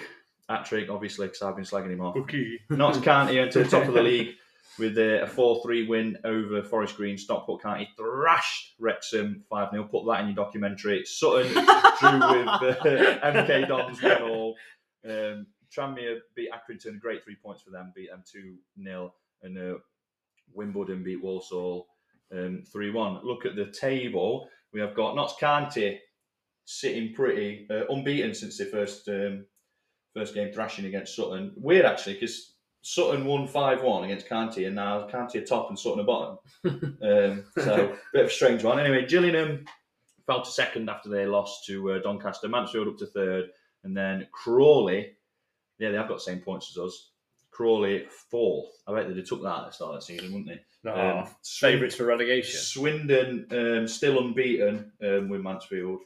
Speaker 1: hat trick, obviously, because I've been slagging him off.
Speaker 3: Cookie.
Speaker 1: Notts County went to the top of the league with a 4 3 win over Forest Green. Stockport County thrashed Wrexham 5 0. Put that in your documentary. Sutton drew with uh, MK Dons 1 all. Um, Tranmere beat Accrington, great three points for them, beat them 2 0. And uh, Wimbledon beat Walsall 3 1. Look at the table. We have got Notts County sitting pretty, uh, unbeaten since their first um, first game thrashing against Sutton. Weird actually, because Sutton won five one against County, and now County are top and Sutton are bottom. um, so bit of a strange one. Anyway, Gillingham fell to second after they lost to uh, Doncaster. Mansfield up to third, and then Crawley. Yeah, they have got the same points as us. Crawley fourth. I bet they'd have took that at the start of the season, wouldn't they?
Speaker 3: No,
Speaker 1: Um,
Speaker 3: favourites for relegation.
Speaker 1: Swindon um, still unbeaten um, with Mansfield,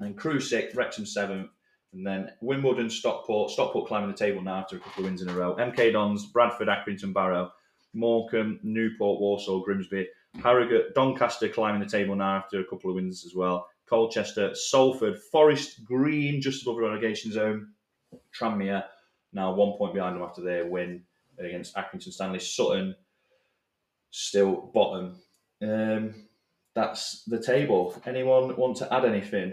Speaker 1: and Crew sixth, Wrexham seventh, and then Wimbledon, Stockport, Stockport climbing the table now after a couple of wins in a row. MK Dons, Bradford, Accrington, Barrow, Morecambe, Newport, Walsall, Grimsby, Harrogate, Doncaster climbing the table now after a couple of wins as well. Colchester, Salford, Forest Green just above the relegation zone. Tranmere now one point behind them after their win against Accrington Stanley. Sutton still bottom. Um, that's the table. Anyone want to add anything?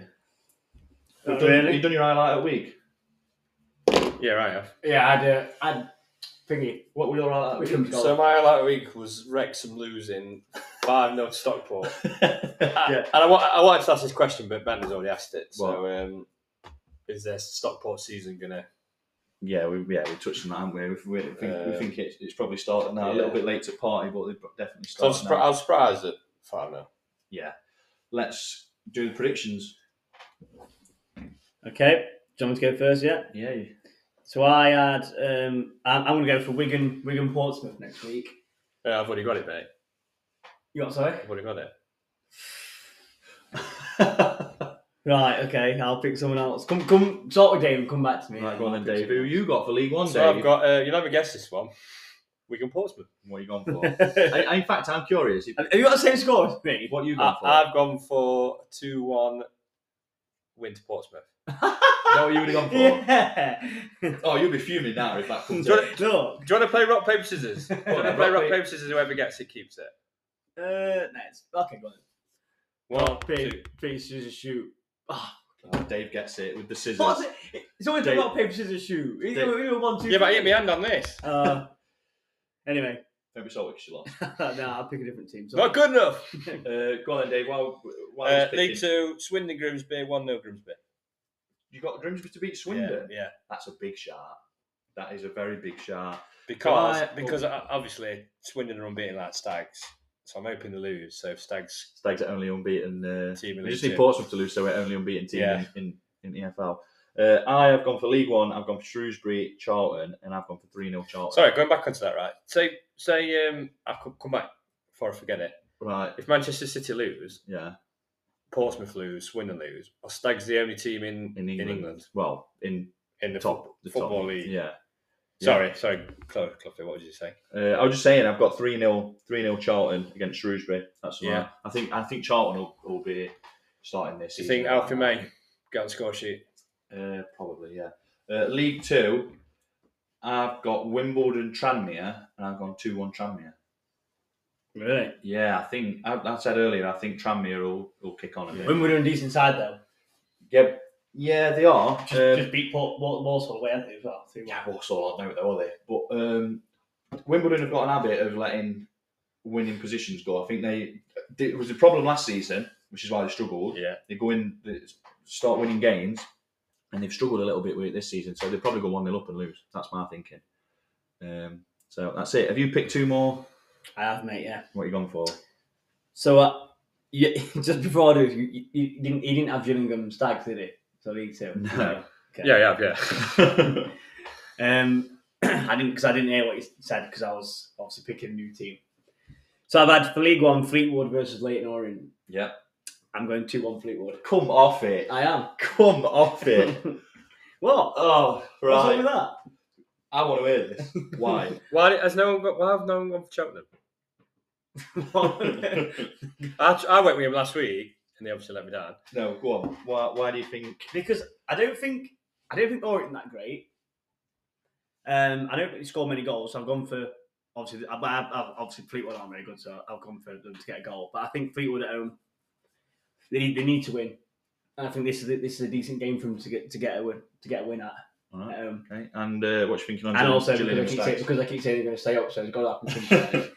Speaker 1: You've
Speaker 2: Not
Speaker 1: done,
Speaker 2: really.
Speaker 1: you've done your highlight of the week.
Speaker 3: Yeah, right. I have.
Speaker 2: Yeah, I'd, uh, I'd thingy.
Speaker 1: What were your highlight of
Speaker 2: Which
Speaker 1: the week?
Speaker 2: one's
Speaker 3: So
Speaker 2: gone?
Speaker 3: my highlight of the week was Wrexham losing five 0 to Stockport.
Speaker 1: yeah.
Speaker 3: And I, wa- I wanted to ask this question, but Ben has already asked it. So,
Speaker 1: What?
Speaker 3: um, is their Stockport season gonna?
Speaker 1: yeah, we yeah we touched on that, haven't we? We, we think, we
Speaker 3: Um,
Speaker 1: think it's, it's probably started now. A
Speaker 3: yeah.
Speaker 1: little bit late to party, but they've definitely
Speaker 3: So I,
Speaker 1: started.
Speaker 3: was surpri-
Speaker 1: now.
Speaker 3: I was surprised at five 0
Speaker 1: Let's do the predictions.
Speaker 2: Okay, John to go first, yeah?
Speaker 1: Yeah,
Speaker 2: So I had, um, I'm, I'm going to go for Wigan, Wigan Portsmouth next week.
Speaker 3: Yeah, I've already got it, mate.
Speaker 2: You got sorry?
Speaker 3: I've already got it.
Speaker 2: Right, okay, I'll pick someone else. Come, come, sort of Dave and come back to me.
Speaker 1: Right, go on then, Dave. Who you got for League One,
Speaker 3: So
Speaker 1: Dave?
Speaker 3: I've got. Uh, you'll never guess this one. Wigan Portsmouth.
Speaker 1: What are you going for? I, I- in fact, I'm curious.
Speaker 2: Have you got the same score as me?
Speaker 1: What are you going
Speaker 3: I,
Speaker 1: for?
Speaker 3: I've gone for two one win to Portsmouth.
Speaker 1: Is that what you would have gone for?
Speaker 2: Yeah.
Speaker 1: Oh, you'll be fuming now if that comes
Speaker 3: Got
Speaker 1: out.
Speaker 3: it.
Speaker 2: Look,
Speaker 3: Do you want to play rock paper scissors? Do you want to
Speaker 1: Rock,
Speaker 3: play rock
Speaker 1: paper-
Speaker 3: paper scissors? Whoever gets it keeps it.
Speaker 2: uh, next. Okay, go on.
Speaker 3: One, two.
Speaker 2: Big, big scissors shoot. Ah,
Speaker 1: Oh, Dave gets it with the scissors.
Speaker 2: What's it? It's always
Speaker 1: Dave-
Speaker 2: rock, paper, scissors, shoot. Either,
Speaker 1: Dave-
Speaker 2: either one, two,
Speaker 3: Yeah, but I
Speaker 2: three.
Speaker 3: hit my hand on this.
Speaker 2: Uh, anyway,
Speaker 1: Don't be salty 'cause you lost.
Speaker 2: no, I'll pick a different team.
Speaker 3: Not good enough.
Speaker 1: Uh, go on then, Dave. While, while
Speaker 3: Uh,
Speaker 1: he's picking,
Speaker 3: League Two, Swindon Grimsby, one 0 Grimsby.
Speaker 1: you got Grimsby to beat Swindon.
Speaker 3: Yeah, yeah.
Speaker 1: That's a big shout. That is a very big shout.
Speaker 3: because
Speaker 1: Right.
Speaker 3: because uh, obviously Swindon are unbeaten like Stags, so I'm hoping to lose. So if Stags
Speaker 1: Stags are only unbeaten. Uh,
Speaker 3: team
Speaker 1: we
Speaker 3: in League
Speaker 1: just need
Speaker 3: Two.
Speaker 1: Portsmouth to lose, so we're only unbeaten team
Speaker 3: Yeah.
Speaker 1: in, in, in EFL. Uh, I have gone for League One. I've gone for Shrewsbury, Charlton, and I've gone for three 0 Charlton.
Speaker 3: Sorry, going back onto that, right? Say say um, I could come back before I forget it.
Speaker 1: Right.
Speaker 3: If Manchester City lose,
Speaker 1: Yeah.
Speaker 3: Portsmouth lose, Swindon lose, are Stags the only team in
Speaker 1: In England.
Speaker 3: in, England,
Speaker 1: Well, in
Speaker 3: in the
Speaker 1: top
Speaker 3: fut-
Speaker 1: the
Speaker 3: football
Speaker 1: top,
Speaker 3: league?
Speaker 1: Yeah.
Speaker 3: Sorry, sorry, Chloe, Cluffy, what did you say?
Speaker 1: Uh, I was just saying, I've got three 0 three 0 Charlton against Shrewsbury. That's yeah.
Speaker 3: Yeah.
Speaker 1: I think I think Charlton will, will be starting this.
Speaker 3: Do you
Speaker 1: season.
Speaker 3: think Alfie May got the score sheet?
Speaker 1: Uh, probably, yeah. Uh, League Two, I've got Wimbledon Tranmere, and I've gone two one Tranmere.
Speaker 2: Really?
Speaker 1: Yeah, I think I, I said earlier. I think Tranmere will, will kick on a bit.
Speaker 2: Wimbledon are a decent side though.
Speaker 1: Yeah, yeah, they are.
Speaker 2: Just,
Speaker 1: Um, oh,
Speaker 2: just beat Port, Wal- Walsall away, haven't they? As well. Three one.
Speaker 1: Yeah, Walsall aren't out though, are they? But um, Wimbledon have got an habit of letting winning positions go. I think they it was a problem last season, which is why they struggled.
Speaker 3: Yeah.
Speaker 1: They go in, they start winning games, and they've struggled a little bit with it this season. So they probably go one 0 up and lose. That's my thinking. Um, so that's it. Have you picked two more?
Speaker 2: I have, mate. Yeah.
Speaker 1: What are you going for?
Speaker 2: So, uh, you, just before I do, you, you, you didn't, you didn't have Gillingham Stags, did it? So League Two.
Speaker 1: No.
Speaker 3: Yeah, yeah, yeah.
Speaker 2: Um, I didn't because I didn't hear what you said because I was obviously picking a new team. So I've had for League One Fleetwood versus Leighton Orient.
Speaker 1: Yeah.
Speaker 2: I'm going two one Fleetwood.
Speaker 1: Come off it.
Speaker 2: I am.
Speaker 1: Come off it.
Speaker 2: what?
Speaker 1: oh,
Speaker 2: What's wrong
Speaker 1: right.
Speaker 2: with that?
Speaker 1: I want to hear this. Why?
Speaker 3: why has no one got? Why have no one gone for Cheltenham? I, I went with him last week, and they obviously let me down.
Speaker 1: no, go on. Why, why do you think
Speaker 2: because I don't think I don't think Orient that great. Um, I don't think they score many goals, so I've gone for obviously. I, I, I, obviously Fleetwood aren't very good, so I've gone for them to get a goal. But I think Fleetwood at home, they need they need to win, and I think this is a, this is a decent game for them to get to get a win to get a win at.
Speaker 1: All right.
Speaker 2: Um,
Speaker 1: Okay. And uh, what you thinking on
Speaker 2: and
Speaker 1: Gillingham-
Speaker 2: also because I,
Speaker 1: Gillingham
Speaker 2: keep saying,
Speaker 1: Stags?
Speaker 2: because I keep saying they're going to stay up, so it's got to happen. Sometimes.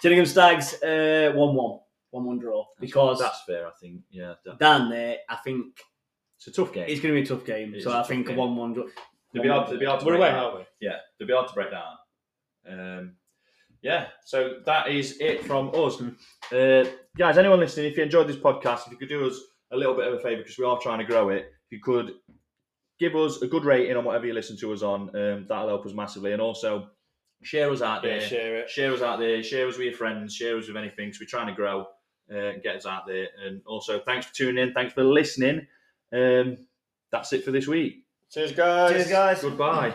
Speaker 2: Gillingham Stags uh, one-one, one-one draw because
Speaker 1: that's fair, I think. Yeah, that-
Speaker 2: down there, I think
Speaker 1: it's a tough game.
Speaker 2: it's going to be a tough game.
Speaker 1: It's
Speaker 2: so
Speaker 1: a
Speaker 2: I
Speaker 1: tough
Speaker 2: think
Speaker 1: game.
Speaker 2: a one-one draw.
Speaker 1: They'll be hard. They'll be hard to
Speaker 3: We're
Speaker 1: break
Speaker 3: away,
Speaker 1: down.
Speaker 3: aren't we?
Speaker 1: Yeah, they'll be hard to break down. Um, yeah. So that is it from us, uh, guys. Anyone listening, if you enjoyed this podcast, if you could do us a little bit of a favour because we are trying to grow it, if you could give us a good rating on whatever you listen to us on, um, that'll help us massively. And also share us out there.
Speaker 3: Yeah, share it.
Speaker 1: share us out there, share us with your friends, share us with anything because we're trying to grow uh, and get us out there. And also, thanks for tuning in, thanks for listening. Um, that's it for this week.
Speaker 3: Cheers, guys.
Speaker 2: Cheers, guys.
Speaker 1: Goodbye.